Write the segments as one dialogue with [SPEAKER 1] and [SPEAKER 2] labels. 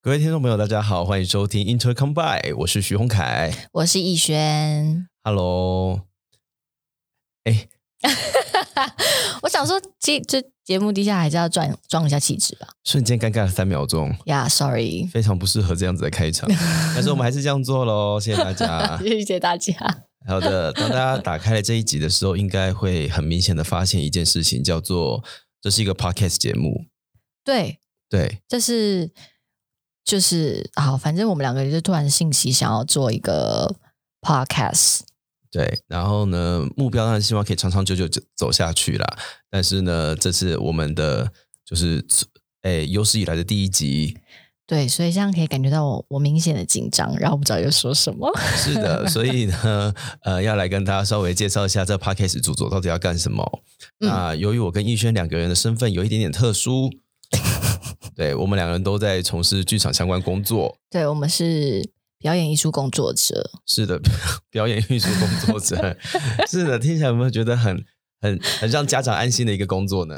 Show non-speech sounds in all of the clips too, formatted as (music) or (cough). [SPEAKER 1] 各位听众朋友，大家好，欢迎收听 Intercom By，我是徐宏凯。
[SPEAKER 2] 我是逸轩。
[SPEAKER 1] Hello，
[SPEAKER 2] 我想说，节这节目底下还是要装装一下气质吧。
[SPEAKER 1] 瞬间尴尬了三秒钟，
[SPEAKER 2] 呀、yeah,，sorry，。
[SPEAKER 1] (laughs) 非常不适合这样子的开场，但是我们还是这样做喽，谢谢大家
[SPEAKER 2] (laughs) 谢谢大家。
[SPEAKER 1] 好的，当大家打开了这一集的时候，应该会很明显的发现一件事情，叫做这是一个 podcast 节目。
[SPEAKER 2] 对，
[SPEAKER 1] 对，
[SPEAKER 2] 这是就是好，反正我们两个就突然信息想要做一个 podcast。
[SPEAKER 1] 对，然后呢，目标当然希望可以长长久久走走下去啦。但是呢，这是我们的就是诶有史以来的第一集。
[SPEAKER 2] 对，所以这样可以感觉到我我明显的紧张，然后不知道要说什么。 (laughs)
[SPEAKER 1] 是的，所以呢，呃，要来跟大家稍微介绍一下这 podcast 主轴到底要干什么。
[SPEAKER 2] 嗯
[SPEAKER 1] 那由于我跟逸轩两个人的身份有一点点特
[SPEAKER 2] (laughs)
[SPEAKER 1] 殊，对我们两个人都在从事剧场相关工作。
[SPEAKER 2] 对我们是表演艺术工作者，
[SPEAKER 1] 是的， (laughs) 表演艺术工作者，
[SPEAKER 2] (laughs)
[SPEAKER 1] 是的，听起来有没有觉得很很很让家长安心的一个工作呢？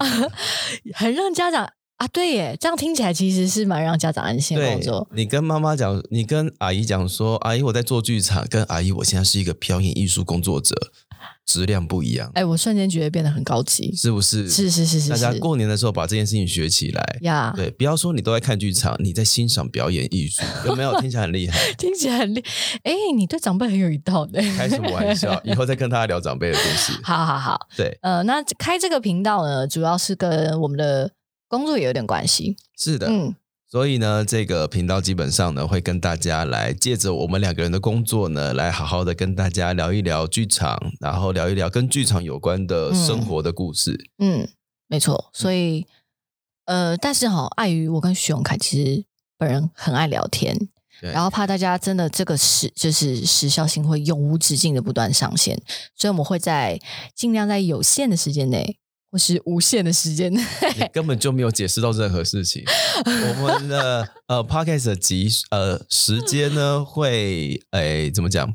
[SPEAKER 2] 很让家长啊，对耶，这样听起来其实是蛮让家长安心的
[SPEAKER 1] 对
[SPEAKER 2] 工作，。
[SPEAKER 1] 你跟妈妈讲，你跟阿姨讲说，阿姨我在做剧场，跟阿姨我现在是一个表演艺术工作者，质量不一样，
[SPEAKER 2] 哎，我瞬间觉得变得很高级。
[SPEAKER 1] 是不是？
[SPEAKER 2] 是是是是
[SPEAKER 1] 大
[SPEAKER 2] 是
[SPEAKER 1] 家过年的时候把这件事情学起来。
[SPEAKER 2] 呀
[SPEAKER 1] 对，不要说你都在看剧场，你在欣赏表演艺术，有没有？
[SPEAKER 2] (laughs)
[SPEAKER 1] 听起来很厉害，
[SPEAKER 2] 听起来很厉哎、你对长辈很有一套的。 (laughs)
[SPEAKER 1] 开什么玩笑？以后再跟大家聊长辈的故事。
[SPEAKER 2] 好好好，
[SPEAKER 1] 对，
[SPEAKER 2] 呃，那开这个频道呢，主要是跟我们的工作也有点关系。
[SPEAKER 1] 是的。
[SPEAKER 2] 嗯，
[SPEAKER 1] 所以呢，这个频道基本上呢，会跟大家来借着我们两个人的工作呢，来好好的跟大家聊一聊剧场，然后聊一聊跟剧场有关的生活的故事。
[SPEAKER 2] 嗯，没错。所以，呃，但是哈、碍于我跟徐永凯其实本人很爱聊天，
[SPEAKER 1] 对
[SPEAKER 2] 然后怕大家真的这个时就是时效性会永无止境的不断上线，所以我们会在尽量在有限的时间内，或是无限的时间内，
[SPEAKER 1] 你根本就没有解释到任何事情。我们的呃 podcast 的集呃时间呢，会诶怎么讲？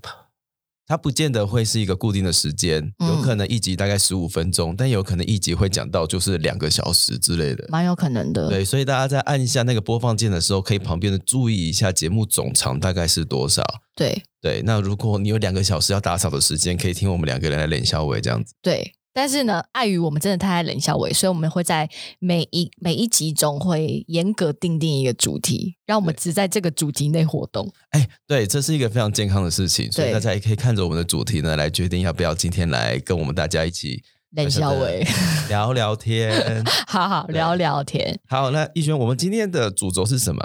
[SPEAKER 1] 它不见得会是一个固定的时间，
[SPEAKER 2] 嗯
[SPEAKER 1] 有可能一集大概十五分钟，但有可能一集会讲到就是两个小时之类的。
[SPEAKER 2] (laughs) 蛮有可能的。
[SPEAKER 1] 对，所以大家在按一下那个播放键的时候，可以旁边的注意一下节目总长大概是多少。
[SPEAKER 2] 对
[SPEAKER 1] 对，那如果你有两个小时要打扫的时间，可以听我们两个人来冷笑话这样子。
[SPEAKER 2] 对，但是呢，碍于我们真的太爱冷笑伟，所以我们会在每一每一集中会严格定定一个主题，让我们
[SPEAKER 1] 对
[SPEAKER 2] 只在这个主题内活动。
[SPEAKER 1] 哎，对，这是一个非常健康的事情，所以
[SPEAKER 2] 对
[SPEAKER 1] 大家也可以看着我们的主题呢，来决定要不要今天来跟我们大家一
[SPEAKER 2] (laughs)
[SPEAKER 1] 起
[SPEAKER 2] 冷笑伟，
[SPEAKER 1] (laughs) 聊聊天。
[SPEAKER 2] (laughs) 好好聊聊天。
[SPEAKER 1] 好，那逸轩，我们今天的主轴是什么？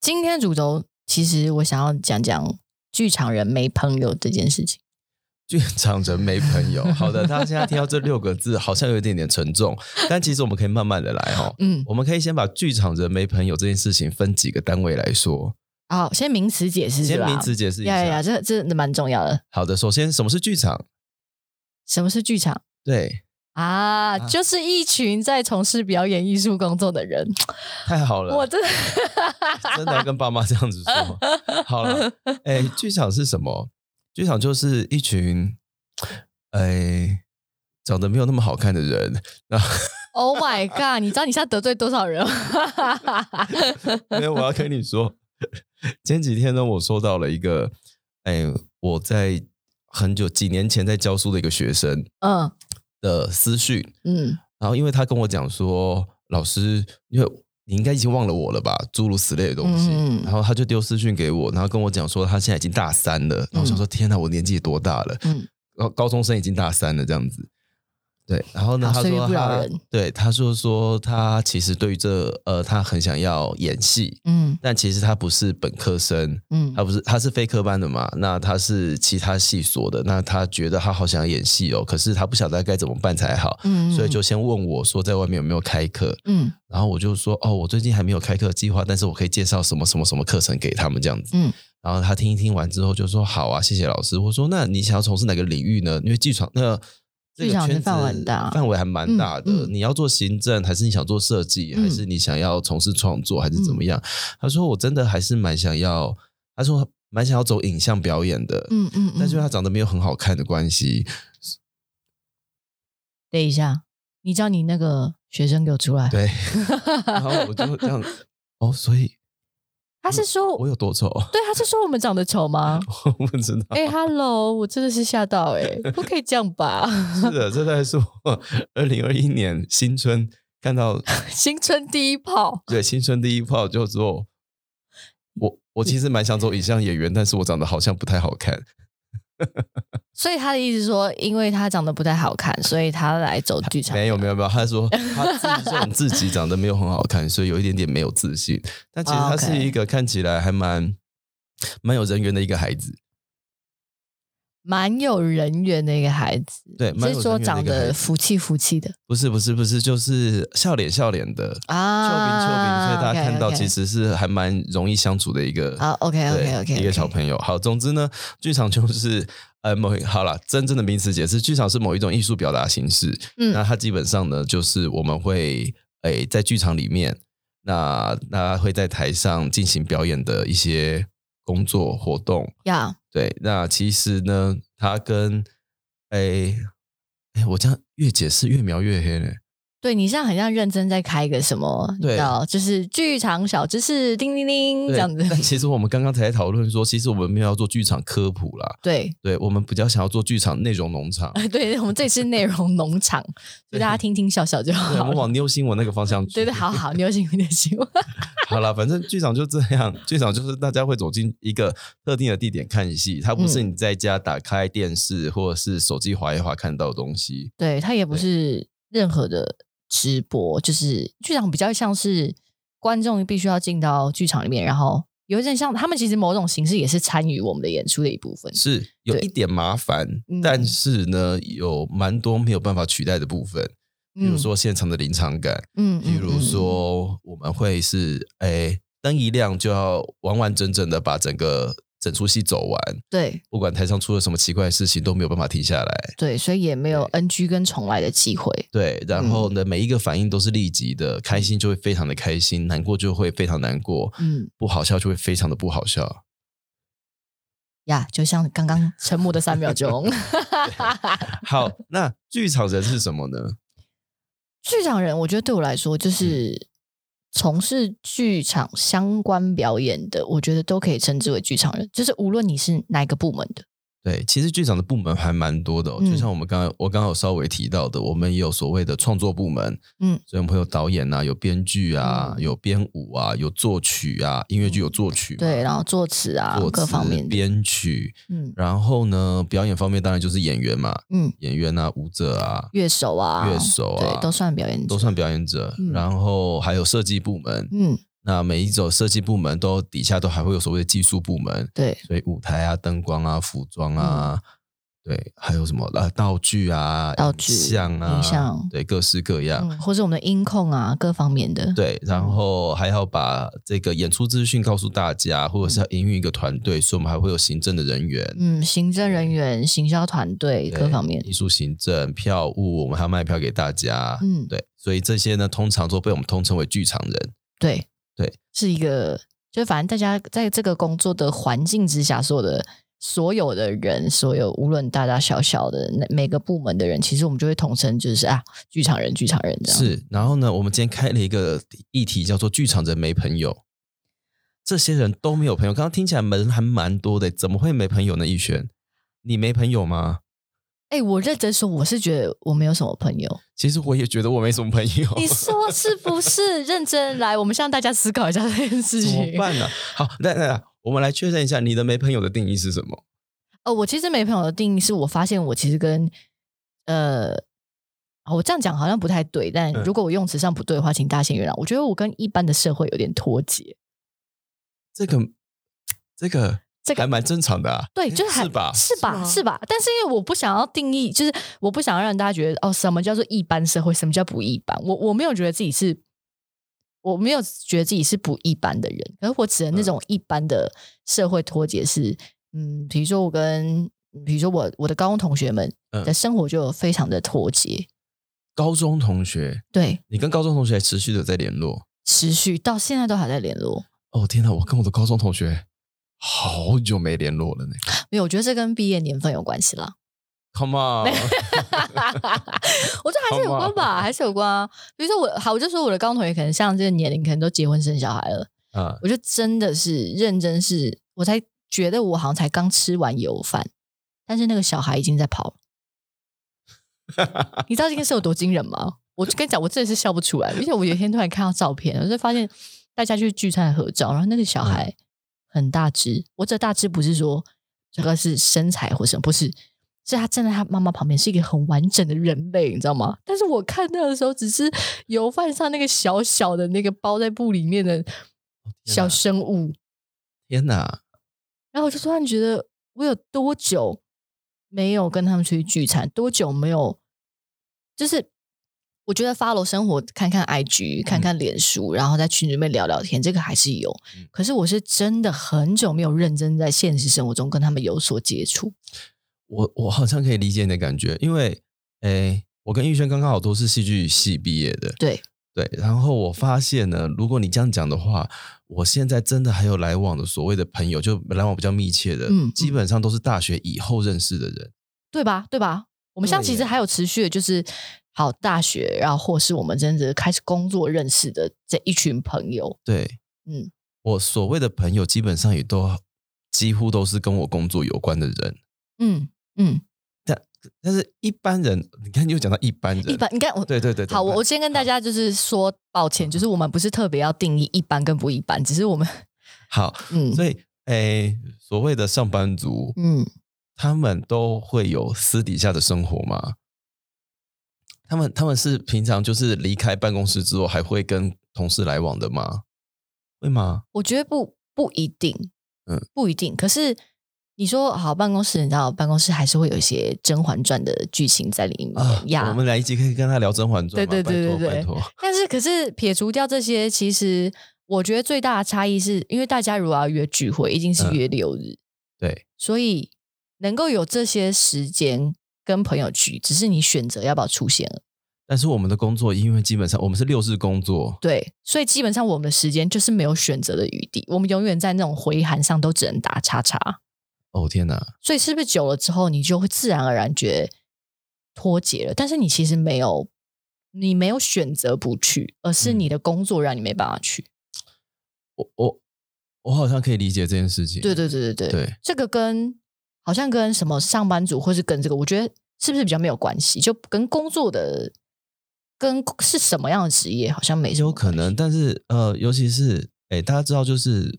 [SPEAKER 2] 今天主轴其实我想要讲讲剧场人没朋友这件事情。
[SPEAKER 1] 剧场人没朋友。好的，大家现在听到这六个字，好像有一点点沉重，但其实我们可以慢慢的来哈、哦。
[SPEAKER 2] 嗯，
[SPEAKER 1] 我们可以先把剧场人没朋友这件事情分几个单位来说，
[SPEAKER 2] 好，先名词解释是
[SPEAKER 1] 先
[SPEAKER 2] 吧？
[SPEAKER 1] 名词解释一
[SPEAKER 2] 呀呀呀，
[SPEAKER 1] 下。
[SPEAKER 2] 这这蛮重要的。
[SPEAKER 1] 好的，首先什么是剧场？
[SPEAKER 2] 什么是剧场？
[SPEAKER 1] 对，
[SPEAKER 2] 啊，
[SPEAKER 1] 啊
[SPEAKER 2] 就是一群在从事表演艺术工作的人。
[SPEAKER 1] 太好了，
[SPEAKER 2] 我真的 (laughs)
[SPEAKER 1] 真的要跟爸妈这样子说。好了，哎，剧场是什么？剧场就是一群，哎，长得没有那么好看的人， (laughs)
[SPEAKER 2] Oh my god！你知道你现在得罪多少人吗？ (laughs)
[SPEAKER 1] 因为我要跟你说，前几天呢，我收到了一个，哎，我在很久几年前在教书的一个学生
[SPEAKER 2] 嗯
[SPEAKER 1] 的私讯，
[SPEAKER 2] 嗯，
[SPEAKER 1] 然后因为他跟我讲说，老师，因为你应该已经忘了我了吧，诸如此类的东西。
[SPEAKER 2] 嗯
[SPEAKER 1] 然后他就丢私讯给我，然后跟我讲说他现在已经大三了。然后我想说，天哪，我年纪也多大了？
[SPEAKER 2] 嗯
[SPEAKER 1] 高高中生已经大三了，这样子。对，然后呢，
[SPEAKER 2] 好
[SPEAKER 1] 他
[SPEAKER 2] 岁月
[SPEAKER 1] 说
[SPEAKER 2] 不饶
[SPEAKER 1] 他
[SPEAKER 2] 人
[SPEAKER 1] 对他说说他其实对于这呃，他很想要演戏，
[SPEAKER 2] 嗯
[SPEAKER 1] 但其实他不是本科生，
[SPEAKER 2] 嗯
[SPEAKER 1] 他不是，他是非科班的嘛，那他是其他系所的，那他觉得他好想演戏哦，可是他不晓得该怎么办才好，
[SPEAKER 2] 嗯
[SPEAKER 1] 所以就先问我说在外面有没有开课，
[SPEAKER 2] 嗯
[SPEAKER 1] 然后我就说哦，我最近还没有开课计划，但是我可以介绍什么什么什么课程给他们这样子。
[SPEAKER 2] 嗯
[SPEAKER 1] 然后他听一听完之后就说好啊，谢谢老师。我说那你想要从事哪个领域呢？因为剧场那这
[SPEAKER 2] 剧
[SPEAKER 1] 个
[SPEAKER 2] 场
[SPEAKER 1] 圈
[SPEAKER 2] 是
[SPEAKER 1] 子
[SPEAKER 2] 范围很大
[SPEAKER 1] 范围还蛮大的。
[SPEAKER 2] 嗯嗯
[SPEAKER 1] 你要做行政，还是你想做设计，
[SPEAKER 2] 嗯
[SPEAKER 1] 还是你想要从事创作，还是怎么样？他说我真的还是蛮想要，他说蛮想要走影像表演的，
[SPEAKER 2] 嗯嗯，
[SPEAKER 1] 但是因为
[SPEAKER 2] 嗯
[SPEAKER 1] 他长得没有很好看的关系，
[SPEAKER 2] 等一下，你叫 (laughs) 你那个学生给我出来。
[SPEAKER 1] 对，然后我就这样，哦，所以
[SPEAKER 2] 他是说，
[SPEAKER 1] 我有多丑？ (laughs)
[SPEAKER 2] 对，他是说我们长得丑吗？
[SPEAKER 1] 我不知道。
[SPEAKER 2] (laughs) 哎、h e l l o 我真的是吓到哎、不可以这样吧？
[SPEAKER 1] 是啊
[SPEAKER 2] (laughs)
[SPEAKER 1] 的，这才是我二零二一年新春看到
[SPEAKER 2] 新春第一炮，
[SPEAKER 1] 对新春第一炮就
[SPEAKER 2] (laughs)
[SPEAKER 1] 做。我我其实蛮想走影像演员，但是我长得好像不太好看。
[SPEAKER 2] 所以他的意思是说，因为他长得不太好看，所以他来走剧场。
[SPEAKER 1] 没有没有没有，他
[SPEAKER 2] (laughs)
[SPEAKER 1] 说他自认自己长得没有很好看，所以有一点点没有自信。但其实他是
[SPEAKER 2] 啊 OK
[SPEAKER 1] 一个看起来还蛮蛮有人缘的一个孩子，
[SPEAKER 2] 蛮有人缘的一个孩子，
[SPEAKER 1] 对蛮有
[SPEAKER 2] 是说
[SPEAKER 1] 人缘的
[SPEAKER 2] 长
[SPEAKER 1] 一个孩
[SPEAKER 2] 得
[SPEAKER 1] 子
[SPEAKER 2] 福气福气的
[SPEAKER 1] 不是不是不是，就是笑脸笑脸的。秋饼秋饼，
[SPEAKER 2] 啊，
[SPEAKER 1] 所以大家看到
[SPEAKER 2] OK，OK 啊
[SPEAKER 1] 其实是还蛮容易相处的一个
[SPEAKER 2] 好，OK，OK，
[SPEAKER 1] 对
[SPEAKER 2] OK，OK，
[SPEAKER 1] 一个小朋友。好，总之呢，剧场就是呃某一好了，真正的名词解释，剧场是某一种艺术表达形式。那
[SPEAKER 2] 嗯
[SPEAKER 1] 它基本上呢，就是我们会诶、在剧场里面，那那会在台上进行表演的一些工作活动。
[SPEAKER 2] 呀，
[SPEAKER 1] 对，那其实呢，它跟诶诶、我这样越解释越描越黑嘞。
[SPEAKER 2] 对你像很像认真在开一个什么，你
[SPEAKER 1] 对
[SPEAKER 2] 知道，就是剧场小知识，叮叮叮
[SPEAKER 1] 对
[SPEAKER 2] 这样子，
[SPEAKER 1] 但其实我们刚刚才讨论说，其实我们没有要做剧场科普啦，
[SPEAKER 2] 对。
[SPEAKER 1] 对我们比较想要做剧场内容农场。
[SPEAKER 2] 对 (laughs) 我们这次内容农场，就
[SPEAKER 1] 对
[SPEAKER 2] 大家听听笑笑
[SPEAKER 1] (laughs)
[SPEAKER 2] 就
[SPEAKER 1] 对，我
[SPEAKER 2] 好
[SPEAKER 1] 们
[SPEAKER 2] 了。
[SPEAKER 1] 往妞新闻那个方向去。
[SPEAKER 2] 对对，好好，牛行牛行，
[SPEAKER 1] (laughs) 好啦，反正剧场就这样，剧场就是大家会走进一个特定的地点看戏，它不是
[SPEAKER 2] 嗯
[SPEAKER 1] 你在家打开电视或者是手机划一划看到的东西。
[SPEAKER 2] (laughs) 对它也不是任何的直播，就是剧场比较像是观众必须要进到剧场里面，然后有一点像他们其实某种形式也是参与我们的演出的一部分。
[SPEAKER 1] 是有
[SPEAKER 2] 对
[SPEAKER 1] 一点麻烦
[SPEAKER 2] 嗯，
[SPEAKER 1] 但是呢，有蛮多没有办法取代的部分，比如说现场的临场感，
[SPEAKER 2] 嗯嗯，嗯，
[SPEAKER 1] 比如
[SPEAKER 2] 嗯，
[SPEAKER 1] 说我们会是哎灯一亮就要完完整整的把整个整出戏走完，
[SPEAKER 2] 对
[SPEAKER 1] 不管台上出了什么奇怪的事情都没有办法停下来。
[SPEAKER 2] 对，所以也没有
[SPEAKER 1] 对
[SPEAKER 2] NG 跟重来的机会。
[SPEAKER 1] 对，然后
[SPEAKER 2] 嗯
[SPEAKER 1] 呢，每一个反应都是立即的，开心就会非常的开心，难过就会非常难过，
[SPEAKER 2] 嗯
[SPEAKER 1] 不好笑就会非常的不好
[SPEAKER 2] (laughs)
[SPEAKER 1] 笑。
[SPEAKER 2] 呀，就像刚刚沉默的三秒
[SPEAKER 1] (laughs)
[SPEAKER 2] 钟，
[SPEAKER 1] 好，那剧场人是什么呢？
[SPEAKER 2] 剧场人，我觉得对我来说，
[SPEAKER 1] 嗯
[SPEAKER 2] 就是从事剧场相关表演的，我觉得都可以称之为剧场人。就是无论你是哪一个部门的，
[SPEAKER 1] 对，其实剧场的部门还蛮多的哦、
[SPEAKER 2] 嗯
[SPEAKER 1] 就像我们刚刚我刚刚有稍微提到的，我们也有所谓的创作部门，
[SPEAKER 2] 嗯，
[SPEAKER 1] 所以我们会有导演啊，有编剧啊，
[SPEAKER 2] 嗯
[SPEAKER 1] 有编舞啊，有作曲啊，音乐剧有作曲嘛、
[SPEAKER 2] 对，然后作词啊，
[SPEAKER 1] 作
[SPEAKER 2] 各
[SPEAKER 1] 词
[SPEAKER 2] 方面的，
[SPEAKER 1] 编曲，
[SPEAKER 2] 嗯
[SPEAKER 1] 然后呢，表演方面当然就是演员嘛，
[SPEAKER 2] 嗯，
[SPEAKER 1] 演员啊，舞者啊，
[SPEAKER 2] 乐手啊，
[SPEAKER 1] 乐手啊
[SPEAKER 2] 对，都算表演者
[SPEAKER 1] 都，算表演者，
[SPEAKER 2] 嗯
[SPEAKER 1] 然后还有设计部门。
[SPEAKER 2] 嗯，
[SPEAKER 1] 那每一种设计部门都底下都还会有所谓的技术部门，
[SPEAKER 2] 对，
[SPEAKER 1] 所以舞台啊、灯光啊、服装啊，对，还有什么呃道具啊、
[SPEAKER 2] 嗯道具
[SPEAKER 1] 影像啊、
[SPEAKER 2] 影像
[SPEAKER 1] 对，各式各样。
[SPEAKER 2] 嗯，或是我们的音控啊，各方面的，
[SPEAKER 1] 对，然后还要把这个演出资讯告诉大家，或者是要营运一个团队，所以我们还会有行政的人员，
[SPEAKER 2] 嗯，行政人员、行销团队
[SPEAKER 1] 对
[SPEAKER 2] 各方面，
[SPEAKER 1] 艺术行政、票务，我们还要卖票给大家。
[SPEAKER 2] 嗯，
[SPEAKER 1] 对，所以这些呢，通常都被我们通称为剧场人。
[SPEAKER 2] 对
[SPEAKER 1] 对，
[SPEAKER 2] 是一个，就反正大家在这个工作的环境之下，所有的所有的人，所有无论大大小小的那每个部门的人，其实我们就会统称就是啊，剧场人，剧场人这样。，
[SPEAKER 1] 是，然后呢，我们今天开了一个议题，叫做“剧场人没朋友”。这些人都没有朋友，刚刚听起来门还蛮多的，怎么会没朋友呢？逸轩，你没朋友吗？
[SPEAKER 2] 哎、我认真说，我是觉得我没有什么朋友，
[SPEAKER 1] 其实我也觉得我没什么朋友，
[SPEAKER 2] 你说是不是？认真来，我们向大家思考一下这件
[SPEAKER 1] (laughs)
[SPEAKER 2] 事
[SPEAKER 1] 怎么
[SPEAKER 2] 情。
[SPEAKER 1] 办呢、好，那那我们来确认一下你的没朋友的定义是什么？
[SPEAKER 2] 呃，我其实没朋友的定义是我发现我其实跟呃，我这样讲好像不太对，但
[SPEAKER 1] 嗯
[SPEAKER 2] 如果我用词上不对的话，请大家先原谅。我觉得我跟一般的社会有点脱节，
[SPEAKER 1] 这个，这个，
[SPEAKER 2] 这个
[SPEAKER 1] 还蛮正常的啊。
[SPEAKER 2] 对，就是还
[SPEAKER 1] 是吧？
[SPEAKER 2] 是吧？
[SPEAKER 1] 吗
[SPEAKER 2] 是吧？但是因为我不想要定义，就是我不想要让大家觉得哦，什么叫做一般社会，什么叫不一般？我我没有觉得自己是，我没有觉得自己是不一般的人，可是我指的
[SPEAKER 1] 嗯
[SPEAKER 2] 那种一般的社会脱节是，嗯，比如说我跟，比如说我我的高中同学们
[SPEAKER 1] 嗯
[SPEAKER 2] 的生活就非常的脱节，
[SPEAKER 1] 高中同学，
[SPEAKER 2] 对，
[SPEAKER 1] 你跟高中同学还持续的在联络？
[SPEAKER 2] 持续到现在都还在联络。
[SPEAKER 1] 哦天哪，我跟我的高中同学好久没联络了呢。
[SPEAKER 2] 没有，我觉得这跟毕业年份有关系啦。
[SPEAKER 1] Come on，
[SPEAKER 2] (laughs) 我觉得还是有关吧，还是有关啊。比如说我，好，我就说我的高中同学可能像这个年龄，可能都结婚生小孩了，
[SPEAKER 1] 嗯
[SPEAKER 2] 我就真的是认真是，我才觉得我好像才刚吃完油饭，但是那个小孩已经在跑了。你知道这件事有多惊人吗？我就跟你讲，我真的是笑不出来，而且我有一天突然看到照片，我就发现大家去聚餐合照，然后那个小孩很大只，我这大只不是说这个是身材或什么，不是。是他站在他妈妈旁边，是一个很完整的人类，你知道吗？但是我看到的时候，只是油饭上那个小小的那个包在布里面的小生物。
[SPEAKER 1] 天哪，
[SPEAKER 2] 然后我就突然觉得，我有多久没有跟他们出去聚餐？多久没有？就是我觉得 follow 生活，看看 IG，看看脸书，然后在群里面聊聊天，这个还是有
[SPEAKER 1] 嗯。
[SPEAKER 2] 可是我是真的很久没有认真在现实生活中跟他们有所接触。
[SPEAKER 1] 我我好像可以理解你的感觉，因为诶，我跟玉轩刚刚好都是戏剧系毕业的，
[SPEAKER 2] 对，
[SPEAKER 1] 对，然后我发现呢，如果你这样讲的话，我现在真的还有来往的所谓的朋友，就来往比较密切的，
[SPEAKER 2] 嗯
[SPEAKER 1] 基本上都是大学以后认识的人。
[SPEAKER 2] 对吧？对吧？我们
[SPEAKER 1] 对
[SPEAKER 2] 像其实
[SPEAKER 1] 耶
[SPEAKER 2] 还有持续的，就是好大学，然后或是我们真的开始工作认识的这一群朋友，
[SPEAKER 1] 对
[SPEAKER 2] 嗯，
[SPEAKER 1] 我所谓的朋友，基本上也都几乎都是跟我工作有关的人。
[SPEAKER 2] 嗯嗯，
[SPEAKER 1] 但是一般人，你看又讲到一般人，
[SPEAKER 2] 一般你看我。
[SPEAKER 1] 对对对，
[SPEAKER 2] 好，我我
[SPEAKER 1] 对
[SPEAKER 2] 先跟大家就是说抱歉，就是我们不是特别要定义一般跟不一般，只是
[SPEAKER 1] (laughs)
[SPEAKER 2] 我们
[SPEAKER 1] 好，
[SPEAKER 2] 嗯
[SPEAKER 1] 所以诶，所谓的上班族，
[SPEAKER 2] 嗯
[SPEAKER 1] 他们都会有私底下的生活吗？他们他们是平常就是离开办公室之后还会跟同事来往的吗？会吗？
[SPEAKER 2] 我觉得不不一定，
[SPEAKER 1] 嗯
[SPEAKER 2] 嗯，不一定。可是你说好办公室，你知道办公室还是会有一些《甄嬛传》的剧情在里
[SPEAKER 1] 啊
[SPEAKER 2] 面嗯呀。
[SPEAKER 1] 我们来一集可以跟他聊《甄嬛传》吗？
[SPEAKER 2] 对对对
[SPEAKER 1] 拜托
[SPEAKER 2] 对对
[SPEAKER 1] 拜托，
[SPEAKER 2] 但是可是撇除掉这些，其实我觉得最大的差异是因为大家如果要约聚会，一定是约六日，
[SPEAKER 1] 嗯对
[SPEAKER 2] 所以能够有这些时间跟朋友聚，只是你选择要不要出现而已
[SPEAKER 1] 但是我们的工作，因为基本上我们是六日工作，
[SPEAKER 2] 对，所以基本上我们的时间就是没有选择的余地，我们永远在那种回函上都只能打叉叉。
[SPEAKER 1] 哦天哪，
[SPEAKER 2] 所以是不是久了之后，你就会自然而然觉得脱节了？但是你其实没有，你没有选择不去，而是
[SPEAKER 1] 嗯
[SPEAKER 2] 你的工作让你没办法去。
[SPEAKER 1] 我我我好像可以理解这件事情。
[SPEAKER 2] 对对对对对，
[SPEAKER 1] 对
[SPEAKER 2] 这个跟好像跟什么上班族，或是跟这个，我觉得是不是比较没有关系？就跟工作的，跟是什么样的职业好像没什么
[SPEAKER 1] 有可能，
[SPEAKER 2] 关系
[SPEAKER 1] 但是呃，尤其是哎，大家知道，就是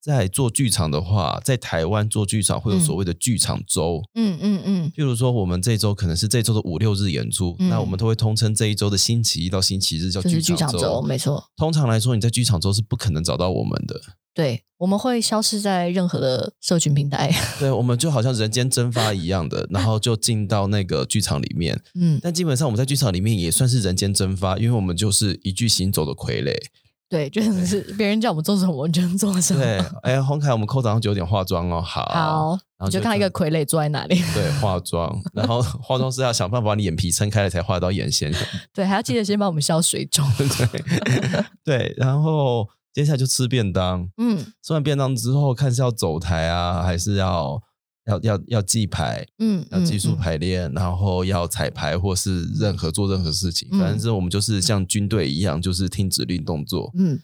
[SPEAKER 1] 在做剧场的话，在台湾做剧场会有
[SPEAKER 2] 嗯
[SPEAKER 1] 所谓的剧场周，
[SPEAKER 2] 嗯嗯嗯，
[SPEAKER 1] 譬如说，我们这周可能是这周的五六日演出，
[SPEAKER 2] 嗯
[SPEAKER 1] 那我们都会通称这一周的星期一到星期日叫
[SPEAKER 2] 就是
[SPEAKER 1] 剧
[SPEAKER 2] 剧场
[SPEAKER 1] 周。
[SPEAKER 2] 周，没错。
[SPEAKER 1] 通常来说，你在剧场周是不可能找到我们的。
[SPEAKER 2] 对，我们会消失在任何的社群平台。 (laughs)
[SPEAKER 1] 对，我们就好像人间蒸发一样的，然后就进到那个剧场里面。
[SPEAKER 2] 嗯，
[SPEAKER 1] 但基本上我们在剧场里面也算是人间蒸发，因为我们就是一具行走的傀儡。
[SPEAKER 2] 对，就是别人叫我们做什么，我们就做什么。
[SPEAKER 1] 对，哎，洪凯，我们扣早上九点化妆哦，好。
[SPEAKER 2] 好，
[SPEAKER 1] 然后
[SPEAKER 2] 你就
[SPEAKER 1] 就
[SPEAKER 2] 看到一
[SPEAKER 1] 看
[SPEAKER 2] 个傀儡坐在哪里。
[SPEAKER 1] 对，化妆，然后 (laughs) 化妆师要想办法把你眼皮撑开了才画到眼线。
[SPEAKER 2] 对，还要记得先帮我们消水
[SPEAKER 1] (laughs)
[SPEAKER 2] 肿。
[SPEAKER 1] 对，然后接下来就吃便当。
[SPEAKER 2] 嗯
[SPEAKER 1] 吃完便当之后，看是要走台啊，还是要要要要记牌，
[SPEAKER 2] 嗯，
[SPEAKER 1] 要技术
[SPEAKER 2] 嗯嗯
[SPEAKER 1] 排练，然后要彩排，或是任何做任何事情。
[SPEAKER 2] 嗯
[SPEAKER 1] 反正是我们就是像军队一样，就是听指令动作。
[SPEAKER 2] 嗯，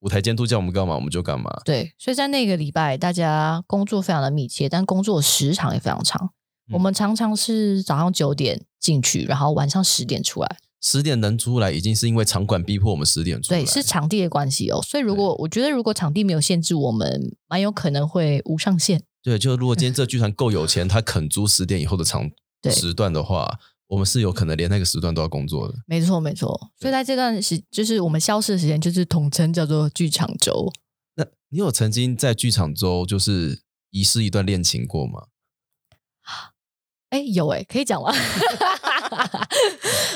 [SPEAKER 1] 舞台监督叫我们干嘛，我们就干嘛。
[SPEAKER 2] 对，所以在那个礼拜，大家工作非常的密切，但工作时长也非常长。
[SPEAKER 1] 嗯
[SPEAKER 2] 我们常常是早上九点进去，然后晚上十点出来。
[SPEAKER 1] 十点能出来，已经是因为场馆逼迫我们十点出来。
[SPEAKER 2] 对，是场地的关系哦。所以如果我觉得如果场地没有限制，我们蛮有可能会无上限。
[SPEAKER 1] 对，就如果今天这剧团够有钱，他肯租十点以后的场
[SPEAKER 2] 对
[SPEAKER 1] 时段的话，我们是有可能连那个时段都要工作的。
[SPEAKER 2] 没错，没错。所以在这段时，就是我们消失的时间，就是统称叫做剧场周。
[SPEAKER 1] 那你有曾经在剧场周就是遗失一段恋情过吗？
[SPEAKER 2] 哎，有哎，可以讲吗？ (laughs)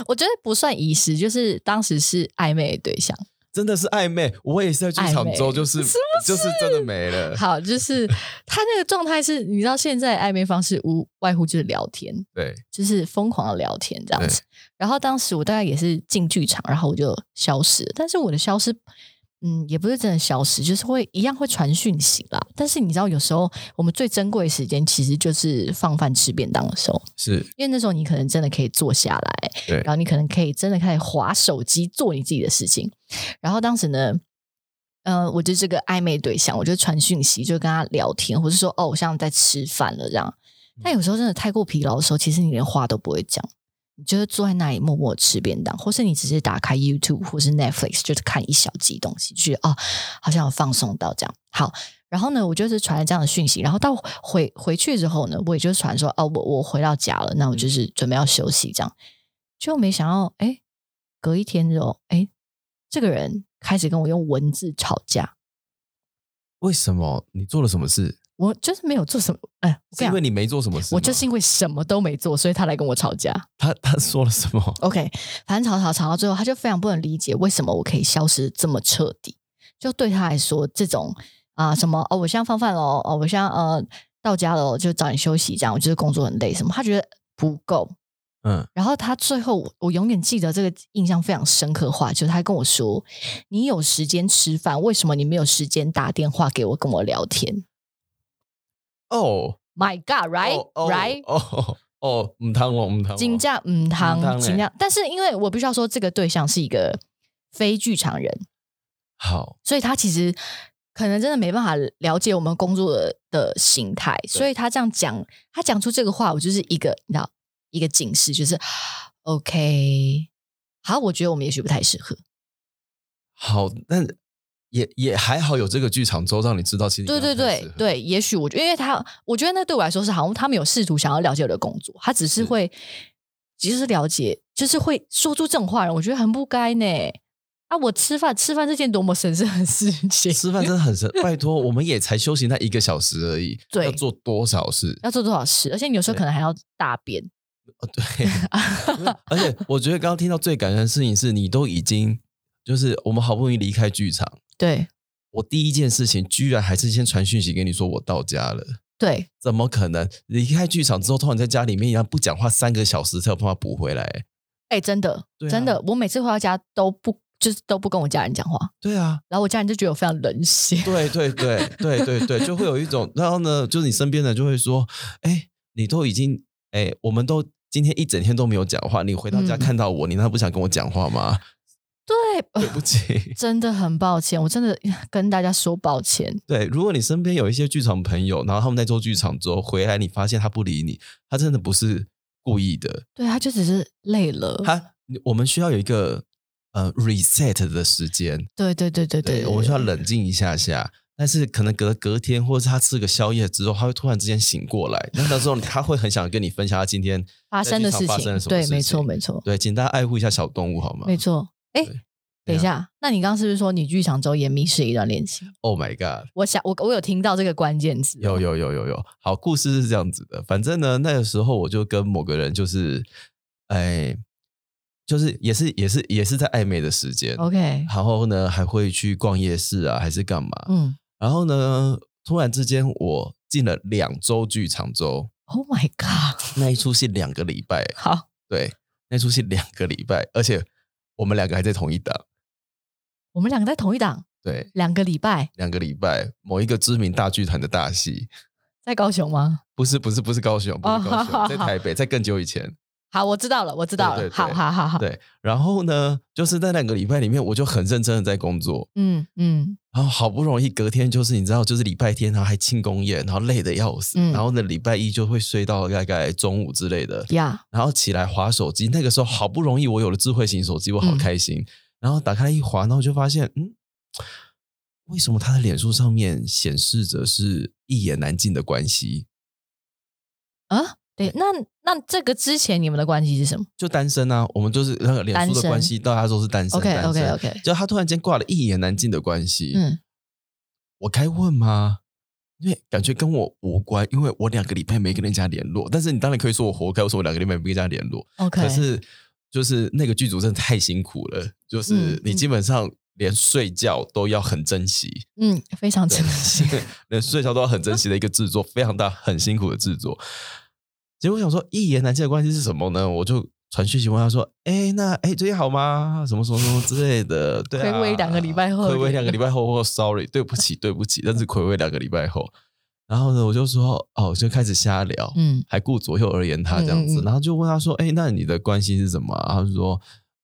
[SPEAKER 2] 我觉得不算遗失，就是当时是暧昧的对象。
[SPEAKER 1] 真的是暧昧，我也是在剧场
[SPEAKER 2] 暧
[SPEAKER 1] 周，
[SPEAKER 2] 昧
[SPEAKER 1] 就是
[SPEAKER 2] 是
[SPEAKER 1] 就是真的没了。
[SPEAKER 2] 好，就是他那个状态是，你知道现在暧昧方式无外乎就是聊天，
[SPEAKER 1] 对，
[SPEAKER 2] 就是疯狂的聊天这样子。然后当时我大概也是进剧场，然后我就消失了，但是我的消失。嗯，也不是真的消失，就是会一样会传讯息啦。但是你知道，有时候我们最珍贵的时间其实就是放饭吃便当的时候，
[SPEAKER 1] 是，
[SPEAKER 2] 因为那时候你可能真的可以坐下来，
[SPEAKER 1] 对
[SPEAKER 2] 然后你可能可以真的开始划手机做你自己的事情。然后当时呢，呃，我就这个暧昧对象，我就传讯息，就跟他聊天，或是说哦，我像在吃饭了这样。但有时候真的太过疲劳的时候，其实你连话都不会讲，你就会坐在那里默默吃便当，或是你只是打开 YouTube 或是 Netflix，就是看一小集东西，去哦，好像有放松到这样。好，然后呢，我就是传了这样的讯息，然后到回回去之后呢，我也就传说哦，我我回到家了，那我
[SPEAKER 1] 嗯
[SPEAKER 2] 就是准备要休息这样。就没想到，哎，隔一天之后，哎，这个人开始跟我用文字吵架，
[SPEAKER 1] 为什么你做了什么事？
[SPEAKER 2] 我就是没有做什么，哎，我
[SPEAKER 1] 是因
[SPEAKER 2] 跟你
[SPEAKER 1] 为
[SPEAKER 2] 讲，
[SPEAKER 1] 你没做什么事吗。
[SPEAKER 2] 我就是因为什么都没做，所以他来跟我吵架。
[SPEAKER 1] 他他说了什么？
[SPEAKER 2] OK，反正吵吵吵到最后，他就非常不能理解为什么我可以消失这么彻底。就对他来说，这种啊、什么哦，我现在放饭喽，哦，我现在呃到家了，就早点休息，这样我就是工作很累什么，他觉得不够。
[SPEAKER 1] 嗯，
[SPEAKER 2] 然后他最后我我永远记得这个印象非常深刻的话，就是他跟我说：“你有时间吃饭，为什么你没有时间打电话给我跟我聊天
[SPEAKER 1] 哦，
[SPEAKER 2] ？”My God, right,
[SPEAKER 1] 哦哦
[SPEAKER 2] right，
[SPEAKER 1] 哦哦，唔汤哦，唔汤。
[SPEAKER 2] 金价嗯
[SPEAKER 1] 嗯汤
[SPEAKER 2] 汤
[SPEAKER 1] 嘞
[SPEAKER 2] 金价，但是因为我必须要说，这个对象是一个非剧场人，
[SPEAKER 1] 好，
[SPEAKER 2] 所以他其实可能真的没办法了解我们工作的的形态，所以他这样讲，他讲出这个话，我就是一个你知道一个警示，就是 OK，好，我觉得我们也许不太适合。
[SPEAKER 1] 好，但也也还好有这个剧场周让你知道，其实你
[SPEAKER 2] 对对
[SPEAKER 1] 跟他不太适
[SPEAKER 2] 对
[SPEAKER 1] 合，
[SPEAKER 2] 对，也许我觉得，因为他我觉得那对我来说是好像他们有试图想要了解我的工作，他只是
[SPEAKER 1] 是
[SPEAKER 2] 会其实是了解，就是会说出这种话的人，我觉得很不该呢。啊，我吃饭吃饭这件多么神圣的事情，
[SPEAKER 1] 吃饭真的很神，拜托，我们也才休息那一个小时而已，
[SPEAKER 2] 对
[SPEAKER 1] 要做多少事？
[SPEAKER 2] 要做多少事，而且你有时候可能还要大便。
[SPEAKER 1] 哦，对， (laughs) 而且我觉得刚刚听到最感人的事情是你都已经就是我们好不容易离开剧场，
[SPEAKER 2] 对
[SPEAKER 1] 我第一件事情居然还是先传讯息给你说我到家了，
[SPEAKER 2] 对，
[SPEAKER 1] 怎么可能？离开剧场之后，突然在家里面一样不讲话三个小时才有办法补回来。
[SPEAKER 2] 哎、真的、
[SPEAKER 1] 对啊
[SPEAKER 2] 真的，我每次回到家都不就是都不跟我家人讲话，
[SPEAKER 1] 对啊，
[SPEAKER 2] 然后我家人就觉得我非常冷血。 (laughs)
[SPEAKER 1] 对对对对对对，就会有一种，然后呢，就是你身边的人就会说，哎，你都已经，哎，我们都今天一整天都没有讲话，你回到家
[SPEAKER 2] 嗯
[SPEAKER 1] 看到我，你难道不想跟我讲话吗？
[SPEAKER 2] 对、呃
[SPEAKER 1] 对不起，
[SPEAKER 2] 真的很抱歉，我真的跟大家说抱歉。
[SPEAKER 1] 对，如果你身边有一些剧场朋友，然后他们在做剧场之后回来，你发现他不理你，他真的不是故意的，
[SPEAKER 2] 对，他就只是累了。
[SPEAKER 1] 他你我们需要有一个呃 reset 的时间，
[SPEAKER 2] 对对对对对，
[SPEAKER 1] 对，我们需要冷静一下下。但是可能隔隔天，或者是他吃个宵夜之后，他会突然之间醒过来，那到时候他会很想跟你分享他今天
[SPEAKER 2] 发
[SPEAKER 1] 在
[SPEAKER 2] 生
[SPEAKER 1] 剧
[SPEAKER 2] 的
[SPEAKER 1] 场
[SPEAKER 2] 事
[SPEAKER 1] 发生
[SPEAKER 2] 情
[SPEAKER 1] 了，什么
[SPEAKER 2] 对，
[SPEAKER 1] 事
[SPEAKER 2] 没错
[SPEAKER 1] 情
[SPEAKER 2] 没错
[SPEAKER 1] 对，请大家爱护一下小动物好吗？
[SPEAKER 2] 没错。哎、
[SPEAKER 1] 对啊
[SPEAKER 2] 等一下，那你刚刚是不是说你剧场周也迷失一段恋情？
[SPEAKER 1] ，Oh my god！
[SPEAKER 2] 我想我我有听到这个关键词，
[SPEAKER 1] 有有有有有，好，故事是这样子的。反正呢，那个时候我就跟某个人就是，哎，就是也是也是也是在暧昧的时间，
[SPEAKER 2] OK，
[SPEAKER 1] 然后呢还会去逛夜市啊，还是干嘛？
[SPEAKER 2] 嗯
[SPEAKER 1] 然后呢，突然之间我进了两周剧场周，
[SPEAKER 2] ，Oh my God，
[SPEAKER 1] 那一出戏两个礼拜，
[SPEAKER 2] 好，
[SPEAKER 1] 对，那出戏两个礼拜，而且我们两个还在同一档，
[SPEAKER 2] 我们两个在同一档
[SPEAKER 1] 对，
[SPEAKER 2] 两个礼拜，
[SPEAKER 1] 两个礼拜，某一个知名大剧团的大戏，
[SPEAKER 2] 在高雄吗？
[SPEAKER 1] 不是不是不是高雄，不
[SPEAKER 2] 哦
[SPEAKER 1] 是高
[SPEAKER 2] 好好
[SPEAKER 1] 雄，在
[SPEAKER 2] 好
[SPEAKER 1] 台北，在更久以前。
[SPEAKER 2] 好，我知道了，我知道了。
[SPEAKER 1] 对对对
[SPEAKER 2] 好好好好，
[SPEAKER 1] 对，然后呢，就是在两个礼拜里面，我就很认真的在工作，
[SPEAKER 2] 嗯嗯，
[SPEAKER 1] 然后好不容易隔天就是你知道，就是礼拜天，然后还庆功宴，然后累得要死，
[SPEAKER 2] 嗯
[SPEAKER 1] 然后呢礼拜一就会睡到大概中午之类的，
[SPEAKER 2] 呀，
[SPEAKER 1] 然后起来划手机。那个时候好不容易我有了智慧型手机，我好
[SPEAKER 2] 嗯
[SPEAKER 1] 开心。然后打开一划，然后就发现，嗯，为什么他的脸书上面显示着是一言难尽的关系？
[SPEAKER 2] 啊，对，那那这个之前你们的关系是什么
[SPEAKER 1] 就单身啊，我们就是那个脸书
[SPEAKER 2] 单
[SPEAKER 1] 的
[SPEAKER 2] 身
[SPEAKER 1] 关系，大家都是单身。
[SPEAKER 2] ？OK
[SPEAKER 1] 单身
[SPEAKER 2] OK OK，
[SPEAKER 1] 就他突然间挂了一言难尽的关系，
[SPEAKER 2] 嗯，
[SPEAKER 1] 我该问吗？因为感觉跟我无关，因为我两个礼拜没跟人家联络。但是你当然可以说我活该，我说我两个礼拜没跟人家联络。
[SPEAKER 2] OK，
[SPEAKER 1] 可是就是那个剧组真的太辛苦了，就是
[SPEAKER 2] 嗯
[SPEAKER 1] 你基本上连睡觉都要很珍惜，
[SPEAKER 2] 嗯，非常珍
[SPEAKER 1] (laughs)
[SPEAKER 2] 惜。
[SPEAKER 1] 连睡觉都要很珍惜的一个制作，非常大、很辛苦的制作。结果我想说，一言难尽的关系是什么呢？我就传讯息问他说：“哎，那哎最近好吗？什么什么什么之类的。”对、啊，
[SPEAKER 2] (laughs) 暌违两个礼拜后
[SPEAKER 1] 暌违两个礼拜后，或哦 sorry，对不起，对不起，但是暌违两个礼拜后，然后呢，我就说哦，就开始瞎聊，
[SPEAKER 2] 嗯
[SPEAKER 1] 还顾左右而言他这样子，
[SPEAKER 2] 嗯嗯嗯
[SPEAKER 1] 然后就问他说：“哎、那你的关系是什么、啊？”他就说：“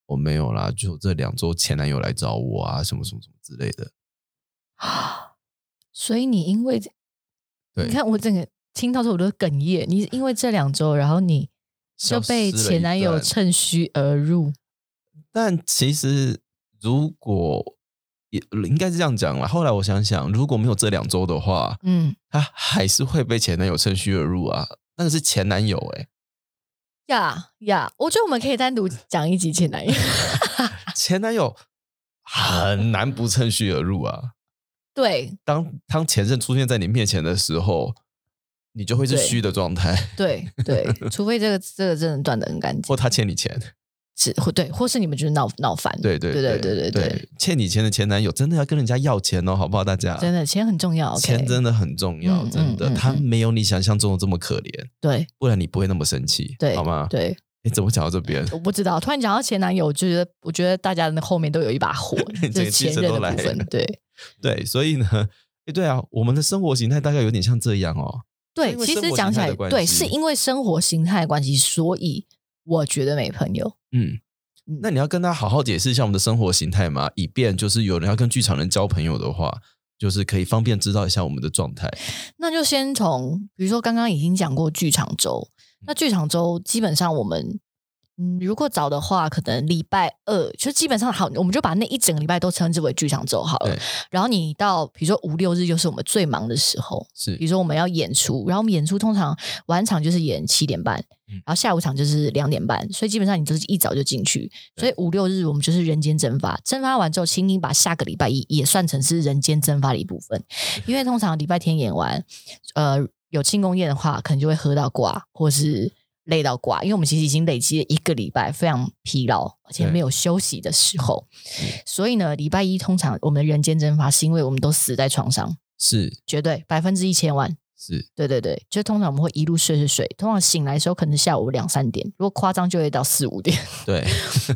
[SPEAKER 1] 我没有啦，就这两周前男友来找我啊，什么什么什么之类的。”
[SPEAKER 2] 所以你因为这
[SPEAKER 1] 对
[SPEAKER 2] 你看我整个听到这我都哽咽，你因为这两周，然后你就
[SPEAKER 1] 消失
[SPEAKER 2] 被
[SPEAKER 1] 了
[SPEAKER 2] 前
[SPEAKER 1] 一
[SPEAKER 2] 男友
[SPEAKER 1] 段
[SPEAKER 2] 趁虚而入，
[SPEAKER 1] 但其实如果也应该是这样讲了。后来我想想，如果没有这两周的话，
[SPEAKER 2] 嗯，
[SPEAKER 1] 她还是会被前男友趁虚而入啊。那个是前男友哎、
[SPEAKER 2] 呀呀，我觉得我们可以单独讲一集前男友。 (laughs)
[SPEAKER 1] 前男友很难不趁虚而入啊。
[SPEAKER 2] 对
[SPEAKER 1] 当当前任出现在你面前的时候，你就会是
[SPEAKER 2] 对
[SPEAKER 1] 虚的状态，
[SPEAKER 2] 对对，
[SPEAKER 1] (laughs)
[SPEAKER 2] 除非这个这个真的断的很干净
[SPEAKER 1] 或，他欠你钱，
[SPEAKER 2] 是或对，或是你们就是闹闹翻，
[SPEAKER 1] 对对
[SPEAKER 2] 嗯对
[SPEAKER 1] 对
[SPEAKER 2] 对对对，
[SPEAKER 1] 欠你钱的前男友真的要跟人家要钱哦，好不好？大家
[SPEAKER 2] 真的钱很重要，
[SPEAKER 1] 钱真
[SPEAKER 2] 的
[SPEAKER 1] 的很重要，
[SPEAKER 2] 嗯
[SPEAKER 1] 真的，
[SPEAKER 2] 嗯嗯
[SPEAKER 1] 他
[SPEAKER 2] 嗯
[SPEAKER 1] 没有你想象中的这么可怜，
[SPEAKER 2] 对
[SPEAKER 1] 不然你不会那么生气，
[SPEAKER 2] 对，
[SPEAKER 1] 好吗？
[SPEAKER 2] 对，
[SPEAKER 1] 你怎么讲到这边？ (laughs)
[SPEAKER 2] 我不知道，突然讲到前男友，我觉得我觉得大家的后面都有一把
[SPEAKER 1] (laughs)
[SPEAKER 2] 火
[SPEAKER 1] 你，
[SPEAKER 2] 就
[SPEAKER 1] 整个
[SPEAKER 2] 是
[SPEAKER 1] 气
[SPEAKER 2] 前
[SPEAKER 1] 势
[SPEAKER 2] 任
[SPEAKER 1] 都
[SPEAKER 2] 的
[SPEAKER 1] 来
[SPEAKER 2] 部分
[SPEAKER 1] 了， (laughs)
[SPEAKER 2] 对
[SPEAKER 1] 对，所以呢，诶对啊，我们的生活形态大概有点像这样哦。
[SPEAKER 2] 对
[SPEAKER 1] 因，为
[SPEAKER 2] 其
[SPEAKER 1] 生
[SPEAKER 2] 实
[SPEAKER 1] 活
[SPEAKER 2] 讲
[SPEAKER 1] 形
[SPEAKER 2] 起
[SPEAKER 1] 态
[SPEAKER 2] 来
[SPEAKER 1] 的，关
[SPEAKER 2] 对，
[SPEAKER 1] 系
[SPEAKER 2] 是因为生活形态的关系，所以我觉得没朋友。
[SPEAKER 1] 嗯
[SPEAKER 2] 嗯，
[SPEAKER 1] 那你要跟他好好解释一下我们的生活形态嘛，以便就是有人要跟剧场人交朋友的话，就是可以方便知道一下我们的状态。
[SPEAKER 2] 那就先从，比如说刚刚已经讲过剧场周，
[SPEAKER 1] 嗯
[SPEAKER 2] 那剧场周基本上我们，嗯，如果早的话，可能礼拜二就基本上好，我们就把那一整个礼拜都称之为剧场周好了
[SPEAKER 1] 对。
[SPEAKER 2] 然后你到比如说五六日，就是我们最忙的时候，
[SPEAKER 1] 是
[SPEAKER 2] 比如说我们要演出，然后我们演出通常晚场就是演七点半，
[SPEAKER 1] 嗯
[SPEAKER 2] 然后下午场就是两点半，所以基本上你就是一早就进去。所
[SPEAKER 1] 对
[SPEAKER 2] 以五六日我们就是人间蒸发，蒸发完之后，请你把下个礼拜一也算成是人间蒸发的一部分，因为通常礼拜天演完，呃，有庆功宴的话，可能就会喝到挂，或是。累到挂，因为我们其实已经累积了一个礼拜，非常疲劳，而且
[SPEAKER 1] 对嗯
[SPEAKER 2] 没有休息的时候，所以呢，礼拜一通常我们的人间蒸发，是因为我们都死在床上，
[SPEAKER 1] 是
[SPEAKER 2] 绝对百分之一千万，
[SPEAKER 1] 是，
[SPEAKER 2] 对对对，就通常我们会一路睡睡睡，通常醒来的时候可能下午两三点，如果夸张就会到四五点， (laughs)
[SPEAKER 1] 对，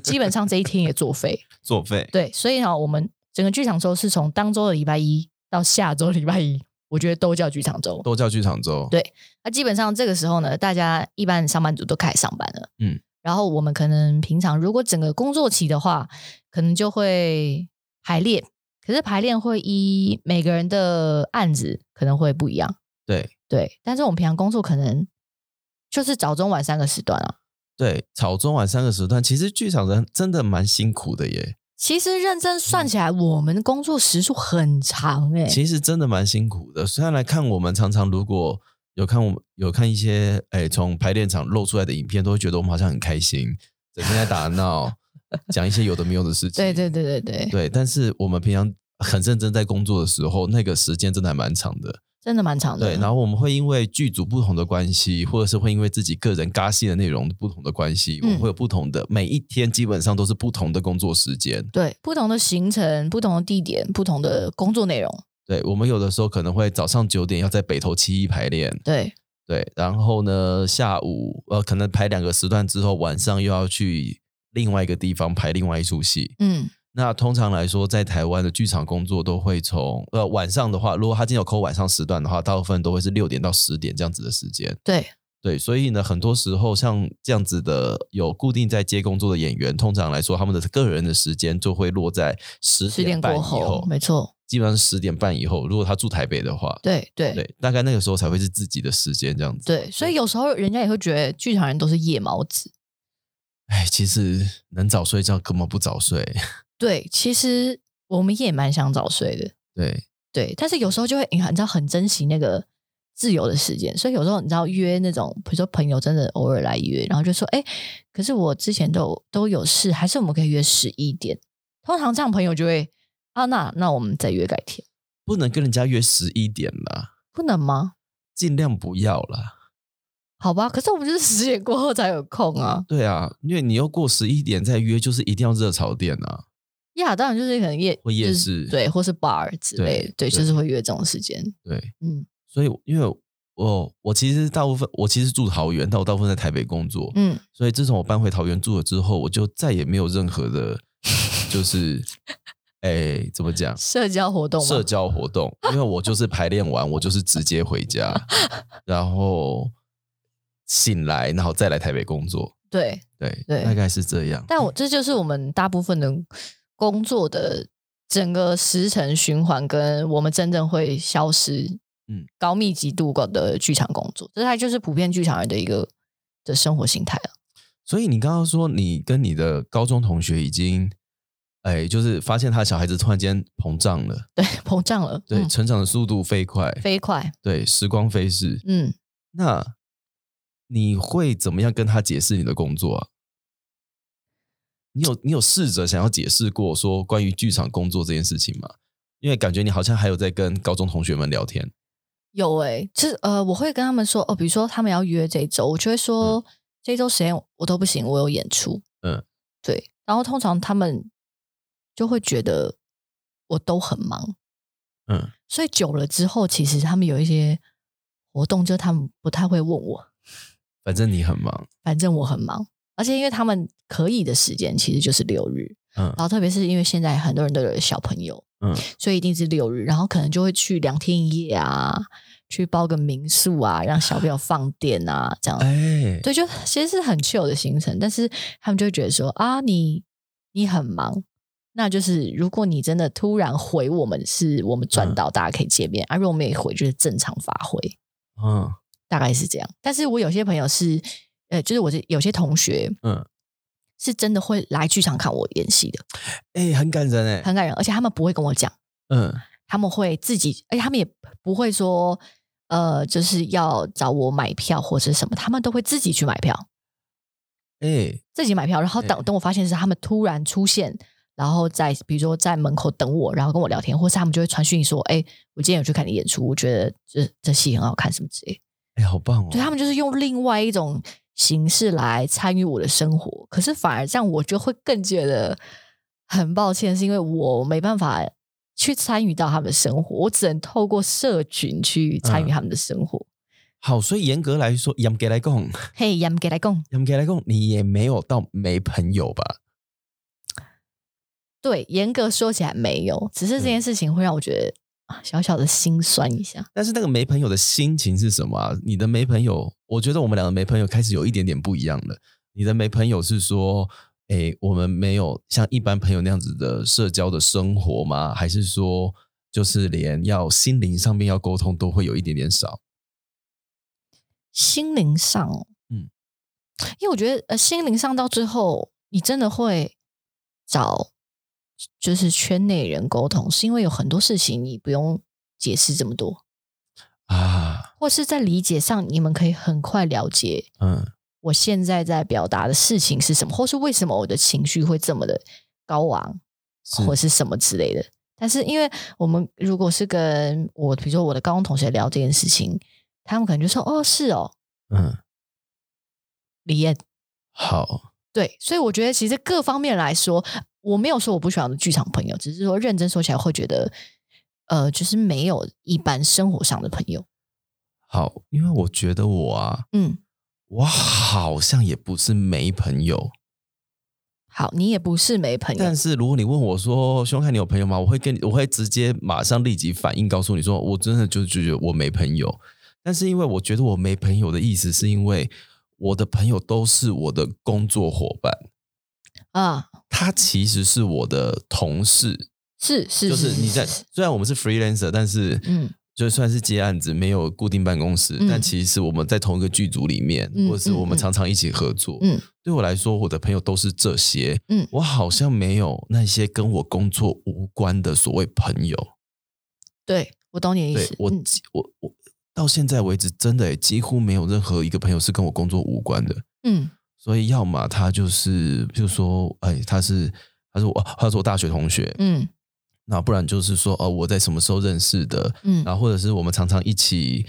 [SPEAKER 2] 基本上这一天也作废。
[SPEAKER 1] 作废。
[SPEAKER 2] 对，所以呢，我们整个剧场周是从当周的礼拜一到下周礼拜一，我觉得都叫剧场周。
[SPEAKER 1] 都叫剧场周，
[SPEAKER 2] 对那基本上这个时候呢，大家一般上班族都开始上班了，
[SPEAKER 1] 嗯，
[SPEAKER 2] 然后我们可能平常如果整个工作期的话，可能就会排练，可是排练会依每个人的案子可能会不一样。
[SPEAKER 1] 对
[SPEAKER 2] 对，但是我们平常工作可能就是早中晚三个时段啊。
[SPEAKER 1] 对，早中晚三个时段，其实剧场人真的蛮辛苦的耶，
[SPEAKER 2] 其实认真算起来，我们的工作时数很长哎、
[SPEAKER 1] 其实真的蛮辛苦的。虽然来看我们常常如果有看我们有看一些哎从排练场露出来的影片，都会觉得我们好像很开心，整天在打
[SPEAKER 2] (laughs)
[SPEAKER 1] 闹，讲一些有的没有的事情。
[SPEAKER 2] 对对对对对，
[SPEAKER 1] 对，但是我们平常很认真在工作的时候，那个时间真的还蛮长的。
[SPEAKER 2] 真的蛮长的。
[SPEAKER 1] 对，然后我们会因为剧组不同的关系，或者是会因为自己个人尬戏的内容不同的关系，我
[SPEAKER 2] 嗯
[SPEAKER 1] 们会有不同的、每一天基本上都是不同的工作时间。
[SPEAKER 2] 对不同的行程、不同的地点、不同的工作内容，
[SPEAKER 1] 对我们有的时候可能会早上九点要在北投七一排练，
[SPEAKER 2] 对
[SPEAKER 1] 对，然后呢下午呃可能排两个时段之后，晚上又要去另外一个地方排另外一出戏，
[SPEAKER 2] 嗯
[SPEAKER 1] 那通常来说，在台湾的剧场工作都会从呃晚上的话，如果他今天有扣晚上时段的话，大部分都会是六点到十点这样子的时间。
[SPEAKER 2] 对
[SPEAKER 1] 对，所以呢，很多时候像这样子的有固定在接工作的演员，通常来说，他们的个人的时间就会落在十
[SPEAKER 2] 十
[SPEAKER 1] 点
[SPEAKER 2] 点
[SPEAKER 1] 半以
[SPEAKER 2] 过
[SPEAKER 1] 后
[SPEAKER 2] 后，，没错，
[SPEAKER 1] 基本上是十点半以后。如果他住台北的话，
[SPEAKER 2] 对对
[SPEAKER 1] 对，大概那个时候才会是自己的时间这样子。
[SPEAKER 2] 对，所以有时候人家也会觉得剧场人都是夜猫子。
[SPEAKER 1] 哎，其实能早睡觉根本不早睡。 (laughs)
[SPEAKER 2] 对，其实我们也蛮想早睡的，
[SPEAKER 1] 对，
[SPEAKER 2] 对，但是有时候就会你看你知道很珍惜那个自由的时间，所以有时候你知道约那种，比如说朋友真的偶尔来约，然后就说，哎，可是我之前都有都有事，还是我们可以约十一点。通常这样朋友就会啊，那那我们再约改天，
[SPEAKER 1] 不能跟人家约十一点啦，
[SPEAKER 2] 不能吗？
[SPEAKER 1] 尽量不要啦。
[SPEAKER 2] 好吧，可是我们就是十点过后才有空啊。
[SPEAKER 1] 对啊，因为你要过十一点再约，就是一定要热炒店啊。
[SPEAKER 2] 呀、当然就是可能夜
[SPEAKER 1] 或夜
[SPEAKER 2] 就是
[SPEAKER 1] 市
[SPEAKER 2] 对，或是 bar 之类的，
[SPEAKER 1] 对对
[SPEAKER 2] 对，就是会约这种时间。
[SPEAKER 1] 对，
[SPEAKER 2] 嗯
[SPEAKER 1] 所以因为我我其实大部分我其实住桃园，但我大部分在台北工作，
[SPEAKER 2] 嗯，
[SPEAKER 1] 所以自从我搬回桃园住了之后，我就再也没有任何的，就是哎怎么讲
[SPEAKER 2] 社交活动嘛，
[SPEAKER 1] 社交活
[SPEAKER 2] (laughs)
[SPEAKER 1] 动，因为我就是排练完，我就是直接回家，然后醒来，然后再来台北工作。
[SPEAKER 2] 对，
[SPEAKER 1] 对，
[SPEAKER 2] 对嗯
[SPEAKER 1] 大概是这样。
[SPEAKER 2] 但我这就是我们大部分的工作的整个时程循环跟我们真正会消失，
[SPEAKER 1] 嗯
[SPEAKER 2] 嗯，高密集度高的剧场工作，这它就是普遍剧场人的一个的生活形态啊了。
[SPEAKER 1] 所以你刚刚说你跟你的高中同学已经，哎，就是发现他的小孩子突然间膨胀了，
[SPEAKER 2] 对， (laughs) 膨胀了，
[SPEAKER 1] 对，
[SPEAKER 2] 嗯
[SPEAKER 1] 成长的速度飞快，
[SPEAKER 2] 飞快，
[SPEAKER 1] 对，时光飞逝。
[SPEAKER 2] 嗯，
[SPEAKER 1] 那你会怎么样跟他解释你的工作啊？你有你有试着想要解释过说关于剧场工作这件事情吗？因为感觉你好像还有在跟高中同学们聊天，
[SPEAKER 2] 有诶、就是呃，我会跟他们说，哦，比如说他们要约这一周，我就会说、这周时间我都不行，我有演出，
[SPEAKER 1] 嗯
[SPEAKER 2] 嗯，对，然后通常他们就会觉得我都很忙，
[SPEAKER 1] 嗯，
[SPEAKER 2] 所以久了之后，其实他们有一些活动，就他们不太会问我，
[SPEAKER 1] 反正你很忙，
[SPEAKER 2] 反正我很忙，而且因为他们可以的时间其实就是六日，
[SPEAKER 1] 嗯
[SPEAKER 2] 然后特别是因为现在很多人都有小朋友，
[SPEAKER 1] 嗯
[SPEAKER 2] 所以一定是六日，然后可能就会去两天一夜啊，去包个民宿啊，让小朋友放电啊，这样，
[SPEAKER 1] 哎，
[SPEAKER 2] 对，就其实是很 chill 的行程，但是他们就会觉得说啊，你你很忙。那就是，如果你真的突然回我们，是我们赚到，大家可以见面；，啊，如果我们也回，就是正常发挥。
[SPEAKER 1] 嗯
[SPEAKER 2] 大概是这样。但是我有些朋友是，呃，就是我这有些同学
[SPEAKER 1] 嗯，
[SPEAKER 2] 是真的会来剧场看我演戏的，
[SPEAKER 1] 哎，很感人哎，
[SPEAKER 2] 很感人，而且他们不会跟我讲，
[SPEAKER 1] 嗯
[SPEAKER 2] 他们会自己，而且他们也不会说，呃，就是要找我买票或者什么，他们都会自己去买票，
[SPEAKER 1] 哎，
[SPEAKER 2] 自己买票，然后等、
[SPEAKER 1] 嗯
[SPEAKER 2] 等我发现是他们突然出现。然后在比如说在门口等我，然后跟我聊天，或是他们就会传讯息说：“哎、我今天有去看你演出，我觉得这这戏很好看，什么之类的。”
[SPEAKER 1] 哎，好棒哦，
[SPEAKER 2] 对他们就是用另外一种形式来参与我的生活，可是反而这样我就会更觉得很抱歉，是因为我没办法去参与到他们的生活，我只能透过社群去参与
[SPEAKER 1] 嗯
[SPEAKER 2] 他们的生活。
[SPEAKER 1] 好，所以严格来说，严格来讲，
[SPEAKER 2] 嘿、y a m 给来共，
[SPEAKER 1] 严格来讲，你也没有到没朋友吧？
[SPEAKER 2] 对，严格说起来没有，只是这件事情会让我觉得啊小小的心酸一下。
[SPEAKER 1] 但是那个没朋友的心情是什么、啊？你的没朋友，我觉得我们两个没朋友开始有一点点不一样了。你的没朋友是说，诶，我们没有像一般朋友那样子的社交的生活吗？还是说，就是连要心灵上面要沟通都会有一点点少？
[SPEAKER 2] 心灵上哦，
[SPEAKER 1] 嗯
[SPEAKER 2] 嗯，因为我觉得呃，心灵上到最后，你真的会找就是圈内人沟通，是因为有很多事情你不用解释这么多，
[SPEAKER 1] 啊，
[SPEAKER 2] 或是在理解上，你们可以很快了解
[SPEAKER 1] 嗯
[SPEAKER 2] 我现在在表达的事情是什么，或是为什么我的情绪会这么的高昂，
[SPEAKER 1] 是
[SPEAKER 2] 或是什么之类的。但是，因为我们如果是跟我，比如说我的高中同学聊这件事情，他们可能就说：“哦，是哦，
[SPEAKER 1] 嗯，
[SPEAKER 2] 李艳
[SPEAKER 1] 好，
[SPEAKER 2] 对，所以我觉得其实各方面来说，我没有说我不喜欢我的剧场朋友，只是说认真说起来会觉得，呃，就是没有一般生活上的朋友。
[SPEAKER 1] 好，因为我觉得我啊，
[SPEAKER 2] 嗯，
[SPEAKER 1] 我好像也不是没朋友。
[SPEAKER 2] 好，你也不是没朋友
[SPEAKER 1] 但，是如果你问我说，兄看你有朋友吗？我会跟你，我会直接马上立即反应告诉你说，我真的就就觉得我没朋友。但是因为我觉得我没朋友的意思，是因为我的朋友都是我的工作伙伴，
[SPEAKER 2] 啊，
[SPEAKER 1] 他其实是我的同事，
[SPEAKER 2] 是是，
[SPEAKER 1] 就是你在虽然我们是 freelancer，但是
[SPEAKER 2] 嗯
[SPEAKER 1] 就算是接案子没有固定办公室，
[SPEAKER 2] 嗯
[SPEAKER 1] 但其实我们在同一个剧组里面，
[SPEAKER 2] 嗯
[SPEAKER 1] 或者是我们
[SPEAKER 2] 嗯嗯
[SPEAKER 1] 常常一起合作。
[SPEAKER 2] 嗯
[SPEAKER 1] 对我来说，我的朋友都是这些。
[SPEAKER 2] 嗯
[SPEAKER 1] 我好像没有那些跟我工作无关的所谓朋友。
[SPEAKER 2] 对我懂你的意
[SPEAKER 1] 对
[SPEAKER 2] 思，
[SPEAKER 1] 我
[SPEAKER 2] 嗯，
[SPEAKER 1] 几，我我到现在为止，真的耶欸几乎没有任何一个朋友是跟我工作无关的。
[SPEAKER 2] 嗯
[SPEAKER 1] 所以，要么他就是，譬如说，哎，他是他是我他是我大学同学，
[SPEAKER 2] 嗯
[SPEAKER 1] 那不然就是说，哦，我在什么时候认识的，
[SPEAKER 2] 嗯
[SPEAKER 1] 然后或者是我们常常一起，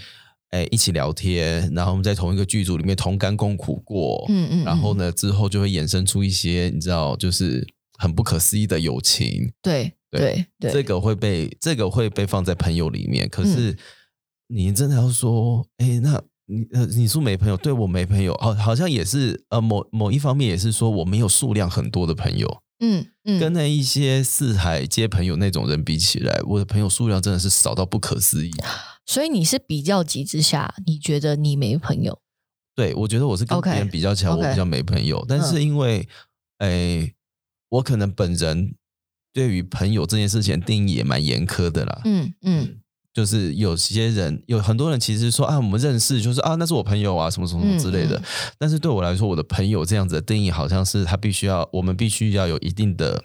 [SPEAKER 1] 哎，一起聊天，然后我们在同一个剧组里面同甘共苦过，
[SPEAKER 2] 嗯嗯，
[SPEAKER 1] 然后
[SPEAKER 2] 嗯？
[SPEAKER 1] 呢，之后就会衍生出一些你知道，就是很不可思议的友情。
[SPEAKER 2] 对
[SPEAKER 1] 对
[SPEAKER 2] 对对，
[SPEAKER 1] 这个会被这个会被放在朋友里面。可是
[SPEAKER 2] 嗯
[SPEAKER 1] 你真的要说，哎，那你呃，你说没朋友，对我没朋友，哦好，好像也是呃，某某一方面也是说我没有数量很多的朋友，
[SPEAKER 2] 嗯嗯，
[SPEAKER 1] 跟那一些四海皆朋友那种人比起来，我的朋友数量真的是少到不可思议。
[SPEAKER 2] 所以你是比较级之下，你觉得你没朋友？
[SPEAKER 1] 对，我觉得我是跟
[SPEAKER 2] OK，嗯
[SPEAKER 1] 别人比较起来，我
[SPEAKER 2] OK
[SPEAKER 1] 比较没朋友。但是因为，诶、我可能本人对于朋友这件事情定义也蛮严苛的啦。
[SPEAKER 2] 嗯嗯
[SPEAKER 1] 就是有些人，有很多人其实说啊，我们认识就是啊，那是我朋友啊，什么什么什么之类的。
[SPEAKER 2] 嗯
[SPEAKER 1] 但是对我来说，我的朋友这样子的定义好像是他必须要，我们必须要有一定的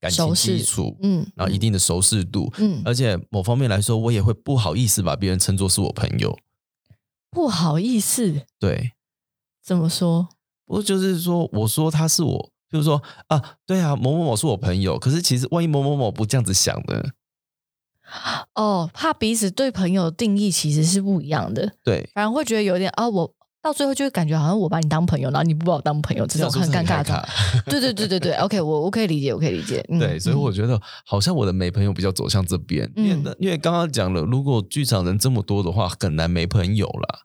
[SPEAKER 1] 感情
[SPEAKER 2] 熟识
[SPEAKER 1] 基础，
[SPEAKER 2] 嗯，
[SPEAKER 1] 然后一定的熟识度。
[SPEAKER 2] 嗯
[SPEAKER 1] 而且某方面来说，我也会不好意思把别人称作是我朋友。
[SPEAKER 2] 不好意思，
[SPEAKER 1] 对，
[SPEAKER 2] 怎么说？
[SPEAKER 1] 我就是说，我说他是我，就是说啊，对啊，某某某是我朋友。可是其实万一某某某不这样子想的，
[SPEAKER 2] 哦，怕彼此对朋友的定义其实是不一样的，
[SPEAKER 1] 对，
[SPEAKER 2] 反而会觉得有点啊，我到最后就会感觉好像我把你当朋友，然后你不把我当朋友，这种
[SPEAKER 1] 样说
[SPEAKER 2] 很
[SPEAKER 1] 是
[SPEAKER 2] 尴尬
[SPEAKER 1] 尴
[SPEAKER 2] 的状态。
[SPEAKER 1] 尬。
[SPEAKER 2] 对对对对对，OK，我我可以理解，我可以理解。嗯、
[SPEAKER 1] 对，所以我觉得好像我的没朋友比较走向这边，因为
[SPEAKER 2] 嗯
[SPEAKER 1] 呢因为刚刚讲了，如果剧场人这么多的话，很难没朋友啦。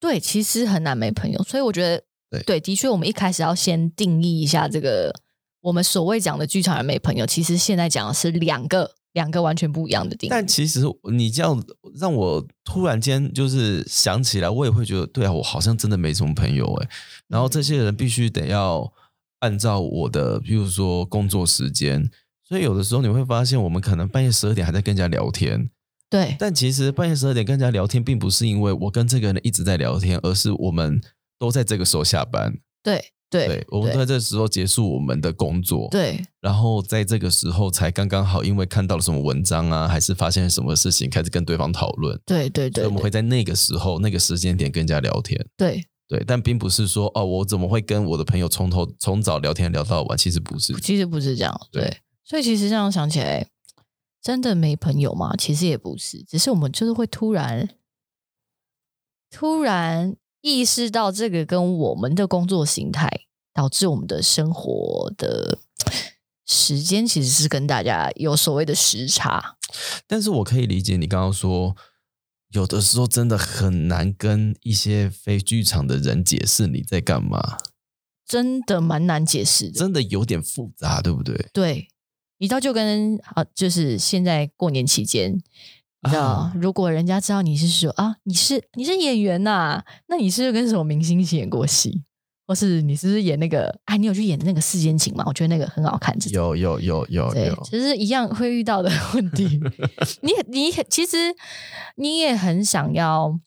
[SPEAKER 2] 对，其实很难没朋友，所以我觉得，
[SPEAKER 1] 对
[SPEAKER 2] 的确，我们一开始要先定义一下这个我们所谓讲的剧场人没朋友，其实现在讲的是两个两个完全不一样的定义。
[SPEAKER 1] 但其实你这样让我突然间就是想起来，我也会觉得，对啊，我好像真的没什么朋友哎、然后这些人必须得要按照我的，譬如说工作时间。所以有的时候你会发现，我们可能半夜十二点还在跟人家聊天，
[SPEAKER 2] 对
[SPEAKER 1] 但其实半夜十二点跟人家聊天，并不是因为我跟这个人一直在聊天，而是我们都在这个时候下班。
[SPEAKER 2] 对对
[SPEAKER 1] 对，我们都在这时候结束我们的工作，，
[SPEAKER 2] 对
[SPEAKER 1] 然后在这个时候才刚刚好，因为看到了什么文章啊，还是发现了什么事情，开始跟对方讨论，
[SPEAKER 2] 对对
[SPEAKER 1] 所以
[SPEAKER 2] 对
[SPEAKER 1] 我们会在那个时候、那个时间点跟人家聊天，
[SPEAKER 2] 对，
[SPEAKER 1] 对，但并不是说哦，我怎么会跟我的朋友从头从早聊天聊到晚？其实不是，
[SPEAKER 2] 其实不是这样。
[SPEAKER 1] 对
[SPEAKER 2] 对，所以其实这样想起来，真的没朋友吗？其实也不是，只是我们就是会突然突然意识到这个跟我们的工作形态导致我们的生活的时间其实是跟大家有所谓的时差。
[SPEAKER 1] 但是我可以理解你刚刚说。有的时候真的很难跟一些非剧场的人解释你在干嘛，
[SPEAKER 2] 真的蛮难解释的，
[SPEAKER 1] 真的有点复杂，对不对？
[SPEAKER 2] 对，你知道就跟啊，就是现在过年期间，你知道，
[SPEAKER 1] 啊
[SPEAKER 2] 如果人家知道你是说啊，你是你是演员呐、那你是不是跟什么明星一起演过戏，或是你是不是演那个？哎，你有去演那个《世间情》吗？我觉得那个很好看，这种
[SPEAKER 1] 有有有有
[SPEAKER 2] 对，
[SPEAKER 1] 有，
[SPEAKER 2] 其实一样会遇到的 (laughs) 问题。你你其实你也很想要，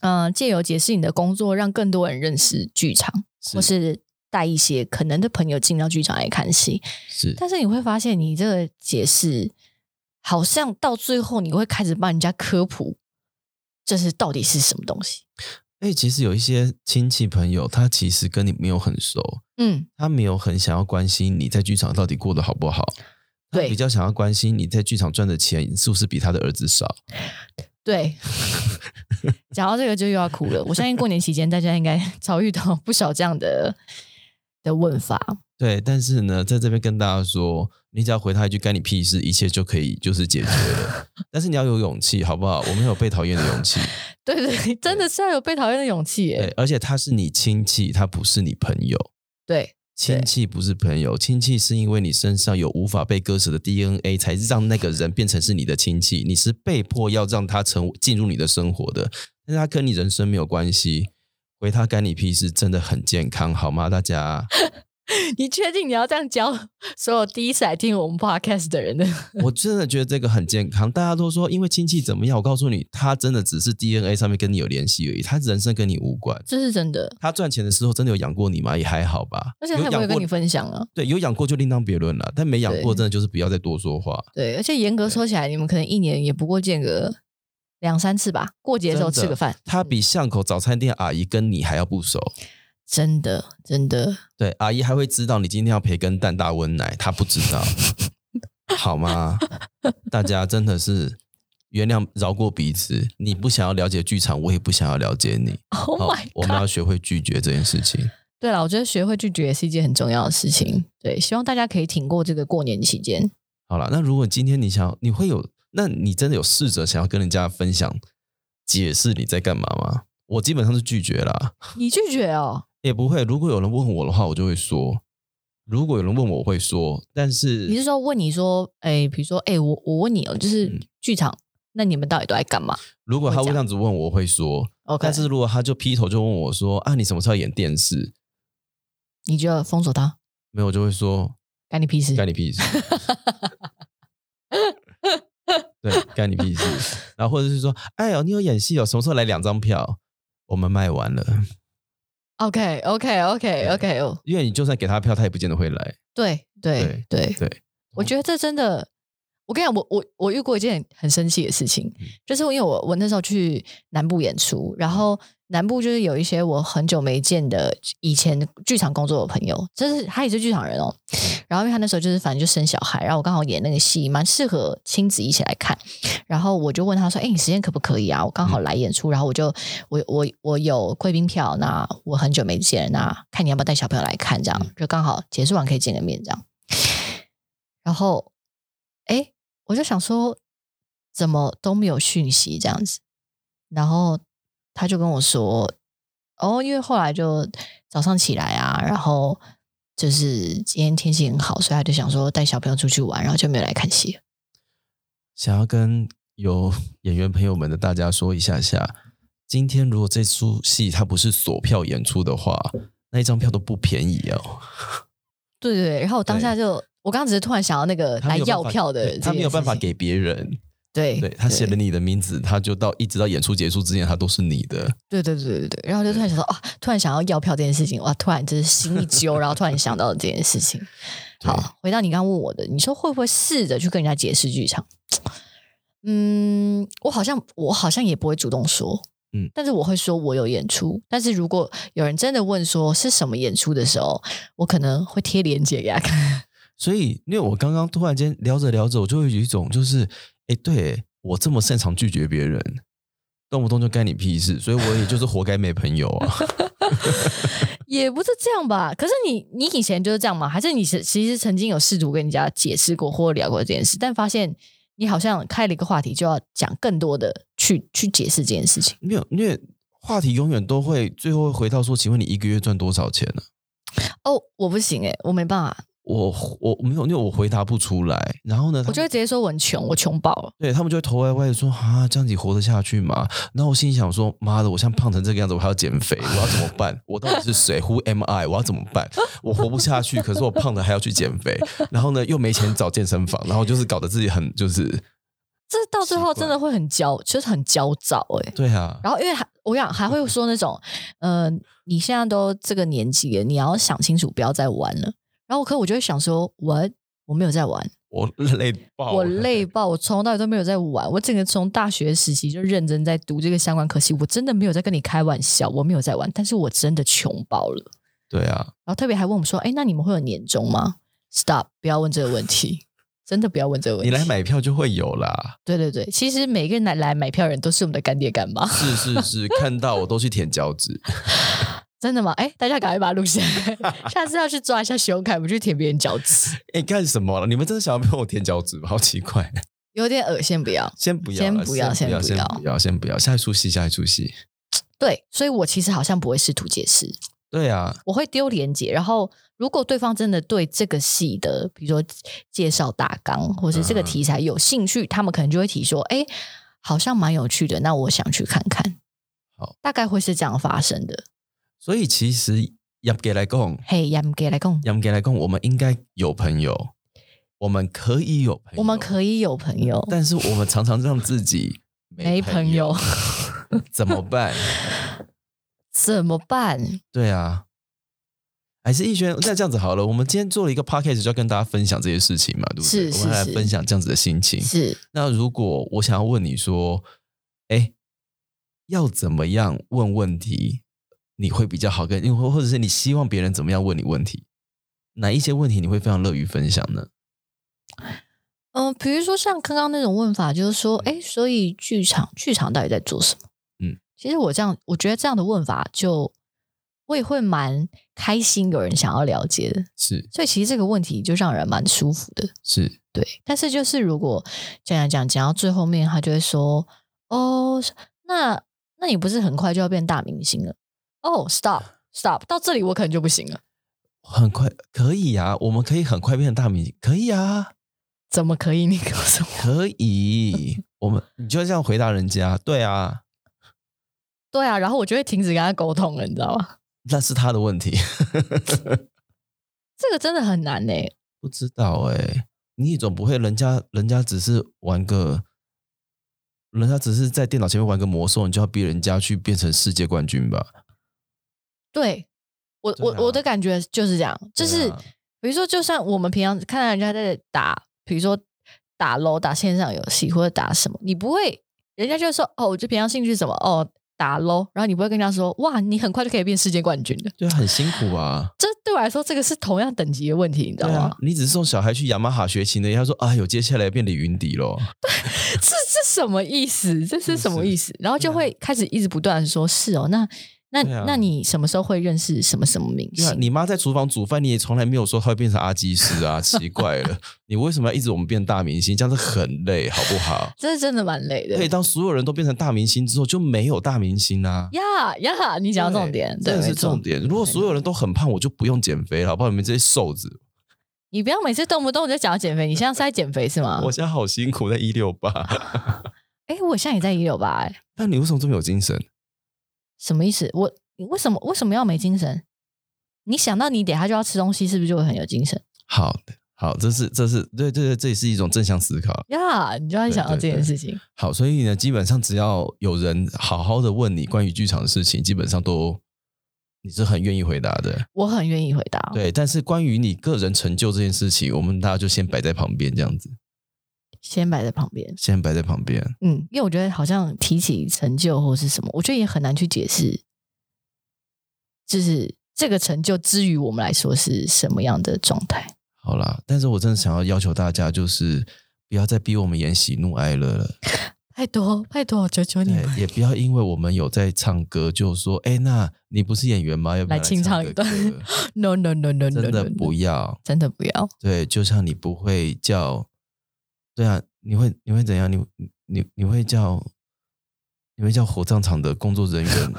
[SPEAKER 2] 嗯、借由解释你的工作，让更多人认识剧场，或是带一些可能的朋友进到剧场来看戏。
[SPEAKER 1] 是
[SPEAKER 2] 但是你会发现，你这个解释好像到最后，你会开始帮人家科普，这是到底是什么东西？
[SPEAKER 1] 因为其实有一些亲戚朋友，他其实跟你没有很熟，
[SPEAKER 2] 嗯，
[SPEAKER 1] 他没有很想要关心你在剧场到底过得好不好，他
[SPEAKER 2] 对
[SPEAKER 1] 啊比较想要关心你在剧场赚的钱是不是比他的儿子少。 (laughs)
[SPEAKER 2] 对。讲到这个就又要哭了。我相信过年期间大家应该 (laughs) 遭遇到不少这样的的问法。
[SPEAKER 1] 对，但是呢，在这边跟大家说，你只要回他一句“干你屁事”，一切就可以就是解决了。但是你要有勇气，好不好？我们有被讨厌的勇气。
[SPEAKER 2] 对对，真的是要有被讨厌的勇气
[SPEAKER 1] 对
[SPEAKER 2] 耶。，
[SPEAKER 1] 而且他是你亲戚，他不是你朋友。
[SPEAKER 2] 对
[SPEAKER 1] 亲戚不是朋友，亲戚是因为你身上有无法被割舍的 DNA，才让那个人变成是你的亲戚。你是被迫要让他成进入你的生活的，但是他跟你人生没有关系。回他干你屁事，真的很健康，好吗？大
[SPEAKER 2] (laughs)
[SPEAKER 1] 家，
[SPEAKER 2] 你确定你要这样教所有第一次来听我们 podcast 的人的？ (laughs)
[SPEAKER 1] 我真的觉得这个很健康。大家都说因为亲戚怎么样，我告诉你，他真的只是 DNA 上面跟你有联系而已，他人生跟你无关。
[SPEAKER 2] 这是真的，
[SPEAKER 1] 他赚钱的时候真的有养过你吗？也还好吧。
[SPEAKER 2] 而且他也
[SPEAKER 1] 有
[SPEAKER 2] 不
[SPEAKER 1] 养
[SPEAKER 2] 会
[SPEAKER 1] 过
[SPEAKER 2] 跟你分享啊。
[SPEAKER 1] 对，有养过就另当别论了，但没养过
[SPEAKER 2] 对
[SPEAKER 1] 真的就是不要再多说话。
[SPEAKER 2] 对，而且严格说起来，你们可能一年也不过见个两三次吧。过节的时候
[SPEAKER 1] 真
[SPEAKER 2] 吃
[SPEAKER 1] 的
[SPEAKER 2] 个饭，
[SPEAKER 1] 他比巷口早餐店阿姨跟你还要不熟。
[SPEAKER 2] 真的
[SPEAKER 1] (laughs)
[SPEAKER 2] 真的
[SPEAKER 1] 对，阿姨还会知道你今天要培根蛋大温奶，她不知
[SPEAKER 2] (laughs)
[SPEAKER 1] 道，好吗？大家真的是原谅饶过彼此。你不想要了解剧场，我也不想要了解你。
[SPEAKER 2] ，Oh
[SPEAKER 1] 好
[SPEAKER 2] my
[SPEAKER 1] 我
[SPEAKER 2] god！
[SPEAKER 1] 们要学会拒绝这件事情。
[SPEAKER 2] 对了，我觉得学会拒绝也是一件很重要的事情。对，希望大家可以挺过这个过年期间。
[SPEAKER 1] 好了，那如果今天你想要，你会有，那你真的有试着想要跟人家分享、解释你在干嘛吗？我基本上是拒绝啦，
[SPEAKER 2] 你拒绝哦，
[SPEAKER 1] 也不会。如果有人问我的话，我就会说；如果有人问我，我会说。但是
[SPEAKER 2] 你是说问你说，哎，比如说，哎，我我问你哦，
[SPEAKER 1] 嗯
[SPEAKER 2] 就是剧场，那你们到底都在干嘛
[SPEAKER 1] 如果他
[SPEAKER 2] 会
[SPEAKER 1] 会
[SPEAKER 2] 讲
[SPEAKER 1] 这样子问，我会说。
[SPEAKER 2] ？OK，
[SPEAKER 1] 但是如果他就劈头就问我说：“啊，你什么时候要演电视
[SPEAKER 2] 你就封锁他。？”
[SPEAKER 1] 没有，我就会说：“
[SPEAKER 2] 干你屁事！
[SPEAKER 1] 干你
[SPEAKER 2] (laughs)
[SPEAKER 1] 屁事。对，干你屁事。 (laughs) 然后或者是说，哎呦，你有演戏哦，什么时候来两张票？我们卖完了，
[SPEAKER 2] OK OK OK OK 哦，
[SPEAKER 1] 因为你就算给他票，他也不见得会来。
[SPEAKER 2] 对对对
[SPEAKER 1] 对，
[SPEAKER 2] 我觉得这真的，我跟你讲，我我我遇过一件很生气的事情，就是因为我我那时候去南部演出，然后南部就是有一些我很久没见的以前剧场工作的朋友，就是他也是剧场人哦，然后因为他那时候就是反正就生小孩，然后我刚好演那个戏，蛮适合亲子一起来看。然后我就问他说：“哎、你时间可不可以啊？我刚好来演出，然后我就我我我有贵宾票，那我很久没见，那看你要不要带小朋友来看，这样就刚好结束完可以见个面这样。”然后，哎，我就想说，怎么都没有讯息这样子。然后他就跟我说，哦，因为后来就早上起来啊，然后就是今天天气很好，所以他就想说带小朋友出去玩，然后就没有来看戏了。
[SPEAKER 1] 想要跟有演员朋友们的大家说一下下，今天如果这出戏它不是锁票演出的话，那一张票都不便宜哦。
[SPEAKER 2] 对对对，然后我当下就，我刚刚只是突然想到那个
[SPEAKER 1] 他
[SPEAKER 2] 来
[SPEAKER 1] 没有办
[SPEAKER 2] 要
[SPEAKER 1] 法
[SPEAKER 2] 票的
[SPEAKER 1] 对
[SPEAKER 2] 这
[SPEAKER 1] 他没
[SPEAKER 2] 件
[SPEAKER 1] 有办
[SPEAKER 2] 事
[SPEAKER 1] 法
[SPEAKER 2] 情
[SPEAKER 1] 给别
[SPEAKER 2] (laughs)
[SPEAKER 1] 人。
[SPEAKER 2] 对
[SPEAKER 1] 对他写了你的名字，他就到一直到演出结束之前，他都是你的。
[SPEAKER 2] 对对对对对，然后就突然想到啊，突然想要要票这件事情，哇，突然就是心一揪，然后突然想到了这件事情。
[SPEAKER 1] 对
[SPEAKER 2] 好，回到你刚刚问我的，你说会不会试着去跟人家解释剧场？嗯，我好像我好像也不会主动说，
[SPEAKER 1] 嗯
[SPEAKER 2] 但是我会说我有演出。但是如果有人真的问说是什么演出的时候，我可能会贴链接给他看。
[SPEAKER 1] 所以，因为我刚刚突然间聊着聊着，我就会有一种就是，哎，对我这么擅长拒绝别人，动不动就干你屁事，所以我也就是活该没朋友啊。 (laughs)
[SPEAKER 2] 也不是这样吧？可是你你以前就是这样吗？还是你是其实曾经有试图跟人家解释过或聊过这件事，但发现你好像开了一个话题就要讲更多的去去解释这件事情？
[SPEAKER 1] 没有，因为话题永远都会最后会回到说，请问你一个月赚多少钱呢、
[SPEAKER 2] 哦，我不行诶、我没办法，
[SPEAKER 1] 我我没有，因为我回答不出来。然后呢，
[SPEAKER 2] 我就会直接说我很穷，我穷爆了。
[SPEAKER 1] 对他们就会头歪歪的说啊，这样子活得下去吗？然后我心里想说，妈的，我像胖成这个样子，我还要减肥，我要怎么办？我到底是谁？Who am I？我要怎么办？我活不下去，可是我胖的还要去减肥，然后呢又没钱找健身房，然后就是搞得自己很就是
[SPEAKER 2] 这到最后真的会很焦，就是很焦躁诶、
[SPEAKER 1] 对啊，
[SPEAKER 2] 然后因为还我想还会说那种，呃，你现在都这个年纪了，你要想清楚，不要再玩了。然后可我就会想说，我我没有在玩，
[SPEAKER 1] 我累爆，
[SPEAKER 2] 我累，爆，我从头到尾都没有在玩，我整个从大学时期就认真在读这个相关科系，我真的没有在跟你开玩笑，我没有在玩，但是我真的穷爆了。
[SPEAKER 1] 对啊，
[SPEAKER 2] 然后特别还问我们说，哎，那你们会有年终吗？Stop，不要问这个问题，真的不要问这个问
[SPEAKER 1] 你
[SPEAKER 2] 题。
[SPEAKER 1] 来，买票就会有啦，
[SPEAKER 2] 对对对，其实每个人来来买票的人都是我们的干爹干妈，
[SPEAKER 1] 是是是，看到我都去舔脚趾，
[SPEAKER 2] 真的吗？哎，大家赶快把它录下
[SPEAKER 1] (laughs)
[SPEAKER 2] 来，下次要去抓一下熊凯，不去舔别人脚趾，
[SPEAKER 1] 哎，干什么了？你们真的想要被我舔脚趾吗？好奇怪， (laughs)
[SPEAKER 2] 有点恶心，不要。
[SPEAKER 1] 先不要
[SPEAKER 2] 先
[SPEAKER 1] 啦，
[SPEAKER 2] 不要
[SPEAKER 1] 先不要，
[SPEAKER 2] 先
[SPEAKER 1] 先
[SPEAKER 2] 不要
[SPEAKER 1] 不要，先不要，下一出戏，下一出戏，
[SPEAKER 2] 对，所以我其实好像不会试图解释，
[SPEAKER 1] 对啊，
[SPEAKER 2] 我会丢连接，然后如果对方真的对这个戏的，比如说介绍大纲或是这个
[SPEAKER 1] 嗯
[SPEAKER 2] 题材有兴趣，他们可能就会提说，哎，好像蛮有趣的，那我想去看看。
[SPEAKER 1] 好，
[SPEAKER 2] 大概会是这样发生的。
[SPEAKER 1] 所以其实严格来讲，
[SPEAKER 2] 嘿，严格来讲，
[SPEAKER 1] 严格来讲，我们应该有朋友，我们可以有朋友，
[SPEAKER 2] 我们可以有朋友，
[SPEAKER 1] 但是我们常常让自己
[SPEAKER 2] 没朋友
[SPEAKER 1] (laughs) 怎么办？
[SPEAKER 2] 怎么
[SPEAKER 1] (laughs)
[SPEAKER 2] 办？
[SPEAKER 1] 对啊，还是逸轩，那这样子好了，我们今天做了一个 podcast，就要跟大家分享这些事情嘛，对不对？
[SPEAKER 2] 是
[SPEAKER 1] 我们来
[SPEAKER 2] 是是
[SPEAKER 1] 分享这样子的心情。
[SPEAKER 2] 是
[SPEAKER 1] 那如果我想要问你说，哎，要怎么样问问题，你会比较好跟，因为或者是你希望别人怎么样问你问题，哪一些问题你会非常乐于分享呢？
[SPEAKER 2] 嗯、呃比如说像刚刚那种问法，就是说，哎，所以剧场剧场到底在做什么？
[SPEAKER 1] 嗯，
[SPEAKER 2] 其实我这样，我觉得这样的问法就我也会蛮开心，有人想要了解的，
[SPEAKER 1] 是
[SPEAKER 2] 所以其实这个问题就让人蛮舒服的。
[SPEAKER 1] 是，
[SPEAKER 2] 对，但是就是如果讲讲讲讲到最后面，他就会说：“哦，那那你不是很快就要变大明星了？”哦，stop stop，到这里我可能就不行了。
[SPEAKER 1] 很快可以啊，我们可以很快变成大明星，可以啊，
[SPEAKER 2] 怎么可以？你告诉我。 (laughs)
[SPEAKER 1] 可 (laughs) 以。我们你就这样回答人家，对啊，
[SPEAKER 2] 对啊，然后我就会停止跟他沟通了，你知道吗？
[SPEAKER 1] 那是他的问题。
[SPEAKER 2] 这个真的很难呢、欸
[SPEAKER 1] 不知道哎、你总不会人家人家只是玩个，人家只是在电脑前面玩个魔兽，你就要逼人家去变成世界冠军吧？
[SPEAKER 2] 对我
[SPEAKER 1] 对
[SPEAKER 2] 我、
[SPEAKER 1] 啊
[SPEAKER 2] 我的感觉就是这样，就是、
[SPEAKER 1] 对啊
[SPEAKER 2] 比如说，就像我们平常看到人家在打，比如说打 LO 打线上游戏或者打什么，你不会，人家就说哦，我就平常兴趣是什么哦打 LO，然后你不会跟人家说哇，你很快就可以变世界冠军的。
[SPEAKER 1] 对啊，很辛苦啊。
[SPEAKER 2] 这对我来说，这个是同样等级的问题，你知道
[SPEAKER 1] 对
[SPEAKER 2] 吗？
[SPEAKER 1] 啊，你只是送小孩去雅马哈学琴的，他说：“哎呦，接下来变李云迪咯。
[SPEAKER 2] 这这什么意思？这是什么意思？然后就
[SPEAKER 1] 对啊
[SPEAKER 2] 会开始一直不断的说，是哦，那那、
[SPEAKER 1] 对啊
[SPEAKER 2] 那你什么时候会认识什么什么明
[SPEAKER 1] 对啊，
[SPEAKER 2] 星？
[SPEAKER 1] 你妈在厨房煮饭，你也从来没有说她会变成阿基师啊，奇怪了， (laughs) 你为什么要一直我们变大明星？这样子很累，好不好？
[SPEAKER 2] 这是真的蛮累的
[SPEAKER 1] 对，。当所有人都变成大明星之后，就没有大明星啦、啊。
[SPEAKER 2] 呀呀，你讲到重点，对，
[SPEAKER 1] 这
[SPEAKER 2] 没
[SPEAKER 1] 是
[SPEAKER 2] 错
[SPEAKER 1] 重点。如果所有人都很胖，我就不用减肥了，好不好？你们这些瘦子，
[SPEAKER 2] 你不要每次动不动就讲要减肥，你现在是在减肥是吗？
[SPEAKER 1] 我现在好辛苦，在一六八。 (laughs)
[SPEAKER 2] 哎、我现在也在一六八，哎，
[SPEAKER 1] 那你为什么这么有精神？
[SPEAKER 2] 什么意思？我你为什么为什么要没精神？你想到你等下就要吃东西，是不是就会很有精神
[SPEAKER 1] 好的，好，这是这是对对对，这也是一种正向思考。
[SPEAKER 2] 呀你就会想到这件事情。
[SPEAKER 1] 好，所以呢，基本上只要有人好好的问你关于剧场的事情，基本上都你是很愿意回答的。
[SPEAKER 2] 我很愿意回答，
[SPEAKER 1] 对，但是关于你个人成就这件事情，我们大家就先摆在旁边，这样子，
[SPEAKER 2] 先摆在旁边。
[SPEAKER 1] 先摆在旁边。
[SPEAKER 2] 嗯，因为我觉得好像提起成就或是什么，我觉得也很难去解释，就是这个成就之于我们来说是什么样的状态。
[SPEAKER 1] 好啦，但是我真的想要要求大家，就是不要再逼我们演喜怒哀乐了。
[SPEAKER 2] 拜托，拜托，求求啊你
[SPEAKER 1] 对
[SPEAKER 2] 们，
[SPEAKER 1] 也不要因为我们有在唱歌，就说，哎，那你不是演员吗？要不要
[SPEAKER 2] 来清唱
[SPEAKER 1] 一
[SPEAKER 2] 一段 (laughs) ！No no no no no，
[SPEAKER 1] 真的
[SPEAKER 2] no, no.
[SPEAKER 1] 不要。
[SPEAKER 2] 真的不要。
[SPEAKER 1] 对，就像你不会叫，对啊，你会你会怎样？你你你会叫，你会叫火葬场的工作人
[SPEAKER 2] (laughs)
[SPEAKER 1] 员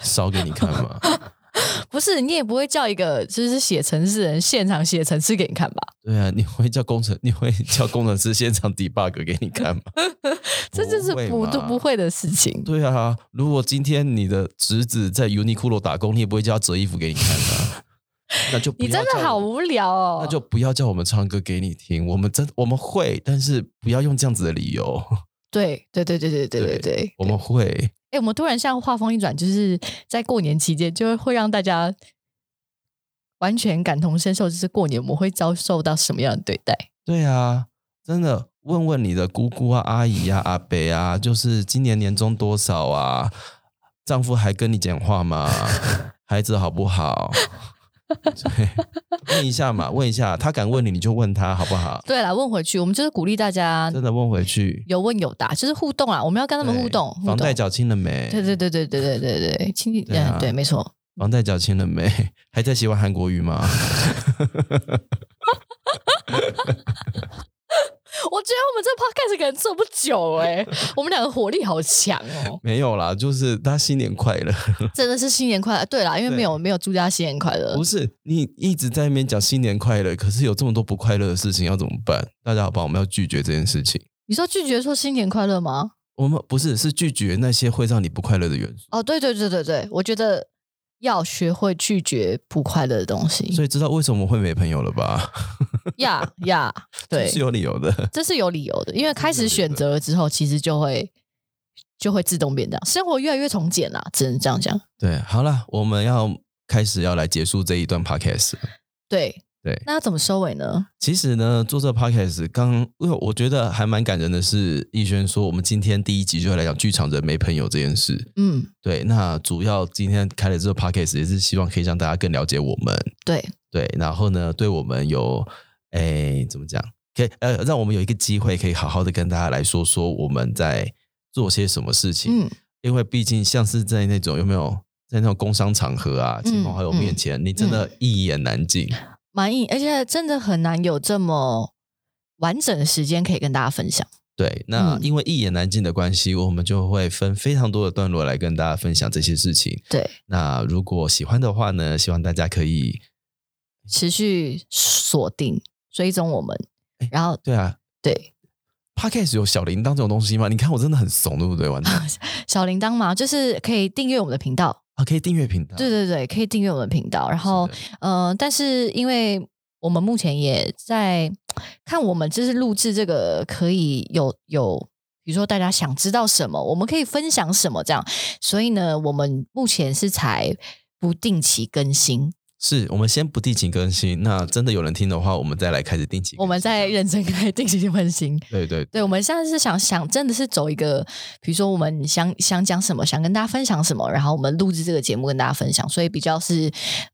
[SPEAKER 1] 烧给你看吗？
[SPEAKER 2] 不是，你也不会叫一个就是写程式人现场写程式给你看吧？
[SPEAKER 1] 对啊，你会叫工程，你会叫工程师现场 debug 给你看吗？
[SPEAKER 2] (laughs) 这就是不
[SPEAKER 1] 嘛
[SPEAKER 2] 都不。会的事情。
[SPEAKER 1] 对啊，如果今天你的侄子在 Uniqlo 打工，你也不会叫他折衣服给你看啊，那就不
[SPEAKER 2] 你
[SPEAKER 1] 要
[SPEAKER 2] 真的
[SPEAKER 1] 叫
[SPEAKER 2] 好
[SPEAKER 1] 我
[SPEAKER 2] 无聊哦！
[SPEAKER 1] 那就不要叫我们唱歌给你听，我们真我们会，但是不要用这样子的理由。
[SPEAKER 2] 对对对对对对
[SPEAKER 1] 对
[SPEAKER 2] 对对。
[SPEAKER 1] 我们会，
[SPEAKER 2] 哎，我们突然像画风一转，就是在过年期间，就会会让大家完全感同身受，就是过年我们会遭受到什么样的对待？
[SPEAKER 1] 对啊，真的问问你的姑姑啊、阿姨啊、阿伯啊，就是今年年终多少啊？丈夫还跟你讲话吗？孩子好不好？ (laughs) 对，问一下嘛，问一下，他敢问你，你就问他好不好？
[SPEAKER 2] 对啦，问回去，我们就是鼓励大家
[SPEAKER 1] 真的问回去，
[SPEAKER 2] 有问有答，就是互动啊，我们要跟他们互
[SPEAKER 1] 对
[SPEAKER 2] 动，互
[SPEAKER 1] 房贷
[SPEAKER 2] 动。
[SPEAKER 1] 缴清了没？
[SPEAKER 2] 对对对对对对对对，亲戚，
[SPEAKER 1] 对啊
[SPEAKER 2] 嗯，对，没错。
[SPEAKER 1] 房贷缴清了没？还在喜欢韩国语
[SPEAKER 2] (laughs)
[SPEAKER 1] 吗？
[SPEAKER 2] (laughs) 我觉得我们这 podcast 可能做不久
[SPEAKER 1] (laughs)
[SPEAKER 2] 哎、我们两个火力好强哦，
[SPEAKER 1] 没有啦，就是大家新年快乐。
[SPEAKER 2] 真的是新年快乐。对啦，因为
[SPEAKER 1] 对
[SPEAKER 2] 没有没有祝大家新年快乐
[SPEAKER 1] 不，是你一直在那边讲新年快乐，可是有这么多不快乐的事情要怎么办？大家好不好？我们要拒绝这件事情。
[SPEAKER 2] 你说拒绝说新年快乐吗？
[SPEAKER 1] 我们不是是拒绝那些会让你不快乐的元素。
[SPEAKER 2] 哦，对对对对对，我觉得要学会拒绝不快乐的东西
[SPEAKER 1] 所。以知道为什么我会没朋友了吧？
[SPEAKER 2] 呀呀，对
[SPEAKER 1] (laughs) 这是，有理由的。
[SPEAKER 2] 这是有理由的，因为开始选择了之后，其实就会就会自动变这样，生活越来越从简啦，只能这样讲。
[SPEAKER 1] 对，好了，我们要开始要来结束这一段 podcast 了。
[SPEAKER 2] 对
[SPEAKER 1] 对
[SPEAKER 2] 那要怎么收尾呢？
[SPEAKER 1] 其实呢，做这 podcast 刚，因为我觉得还蛮感人的是，逸轩说我们今天第一集就要来讲剧场人没朋友这件事。
[SPEAKER 2] 嗯，
[SPEAKER 1] 对，那主要今天开了这个 podcast 也是希望可以让大家更了解我们。
[SPEAKER 2] 对，
[SPEAKER 1] 对，然后呢，对我们有，诶，怎么讲？可以呃，让我们有一个机会，可以好好的跟大家来说说我们在做些什么事情。
[SPEAKER 2] 嗯，
[SPEAKER 1] 因为毕竟像是在那种有没有在那种工商场合啊，亲朋好友面前，你真的一言难尽。
[SPEAKER 2] 满意，而且真的很难有这么完整的时间可以跟大家分享。
[SPEAKER 1] 对，那
[SPEAKER 2] 嗯
[SPEAKER 1] 因为一言难尽的关系，我们就会分非常多的段落来跟大家分享这些事情。
[SPEAKER 2] 对，
[SPEAKER 1] 那如果喜欢的话呢，希望大家可以，
[SPEAKER 2] 持续锁定追踪我们，然后
[SPEAKER 1] 对啊
[SPEAKER 2] 对
[SPEAKER 1] ，Podcast 有小铃铛这种东西吗？你看我真的很怂，对不对？完
[SPEAKER 2] 啊
[SPEAKER 1] 蛋
[SPEAKER 2] 小铃铛嘛，就是可以订阅我们的频道。
[SPEAKER 1] 啊，可以订阅频道。
[SPEAKER 2] 对对对，可以订阅我们的频道。然后
[SPEAKER 1] 是的
[SPEAKER 2] 呃，但是因为我们目前也在看，我们就是录制这个可以有有，比如说大家想知道什么，我们可以分享什么这样。所以呢，我们目前是才不定期更新，
[SPEAKER 1] 是我们先不定期更新，那真的有人听的话，我们再来开始定期更新。
[SPEAKER 2] 我们再认真开定期更新。
[SPEAKER 1] 对对
[SPEAKER 2] 对，我们现在是想想，真的是走一个，比如说我们想想讲什么，想跟大家分享什么，然后我们录制这个节目跟大家分享，所以比较是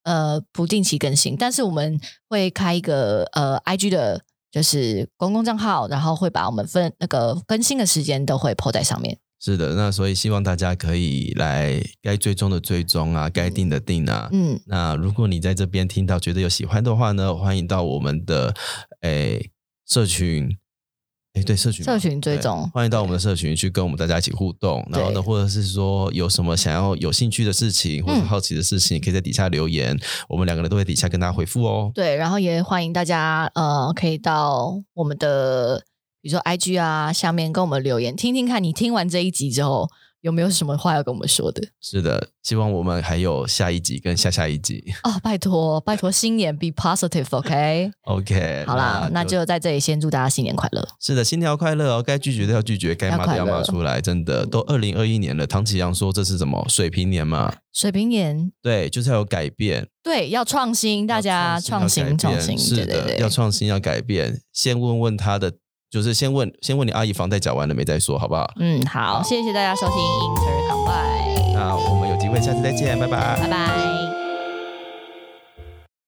[SPEAKER 2] 呃不定期更新，但是我们会开一个呃 IG 的，就是公共账号，然后会把我们分那个更新的时间都会 PO 在上面。
[SPEAKER 1] 是的，那所以希望大家可以来该追踪的追踪啊，该定的定啊。
[SPEAKER 2] 嗯，
[SPEAKER 1] 那如果你在这边听到觉得有喜欢的话呢，欢迎到我们的诶社群，诶对社群嘛
[SPEAKER 2] 社群追
[SPEAKER 1] 对
[SPEAKER 2] 踪
[SPEAKER 1] 欢迎到我们的社群去跟我们大家一起互动。然后
[SPEAKER 2] 对
[SPEAKER 1] 呢，或者是说有什么想要有兴趣的事情或者
[SPEAKER 2] 嗯
[SPEAKER 1] 好奇的事情，可以在底下留言，我们两个人都会底下跟大家回复哦。
[SPEAKER 2] 对，然后也欢迎大家呃可以到我们的比如说 IG 啊下面跟我们留言，听听看你听完这一集之后有没有什么话要跟我们说的。
[SPEAKER 1] 是的，希望我们还有下一集跟下下一集。 (laughs)
[SPEAKER 2] 哦，拜托，拜托，新年 be (laughs) positive，OK？、
[SPEAKER 1] OK，
[SPEAKER 2] 好啦，那就在这里先祝大家新年快乐。
[SPEAKER 1] 是的，新年要快乐哦，该拒绝的要拒绝，该骂的要
[SPEAKER 2] 要快
[SPEAKER 1] 骂
[SPEAKER 2] 乐
[SPEAKER 1] 出来，真的都二零二一年了。唐启阳说这是什么水平年嘛？
[SPEAKER 2] 水平年，
[SPEAKER 1] 对，就是要有改变，
[SPEAKER 2] 对，要创新，大家创
[SPEAKER 1] 要
[SPEAKER 2] 新，
[SPEAKER 1] 改
[SPEAKER 2] 创
[SPEAKER 1] 变
[SPEAKER 2] 新，
[SPEAKER 1] 是
[SPEAKER 2] 对
[SPEAKER 1] 的，
[SPEAKER 2] 对
[SPEAKER 1] 要
[SPEAKER 2] 对，
[SPEAKER 1] 创新，要改变。先问问他的，就是先问，先问你阿姨房贷缴完了没再说，好不好？
[SPEAKER 2] 嗯，好，谢谢大家收听《英特尔堂拜
[SPEAKER 1] 那我们有机会下次再见，拜拜。
[SPEAKER 2] 拜拜。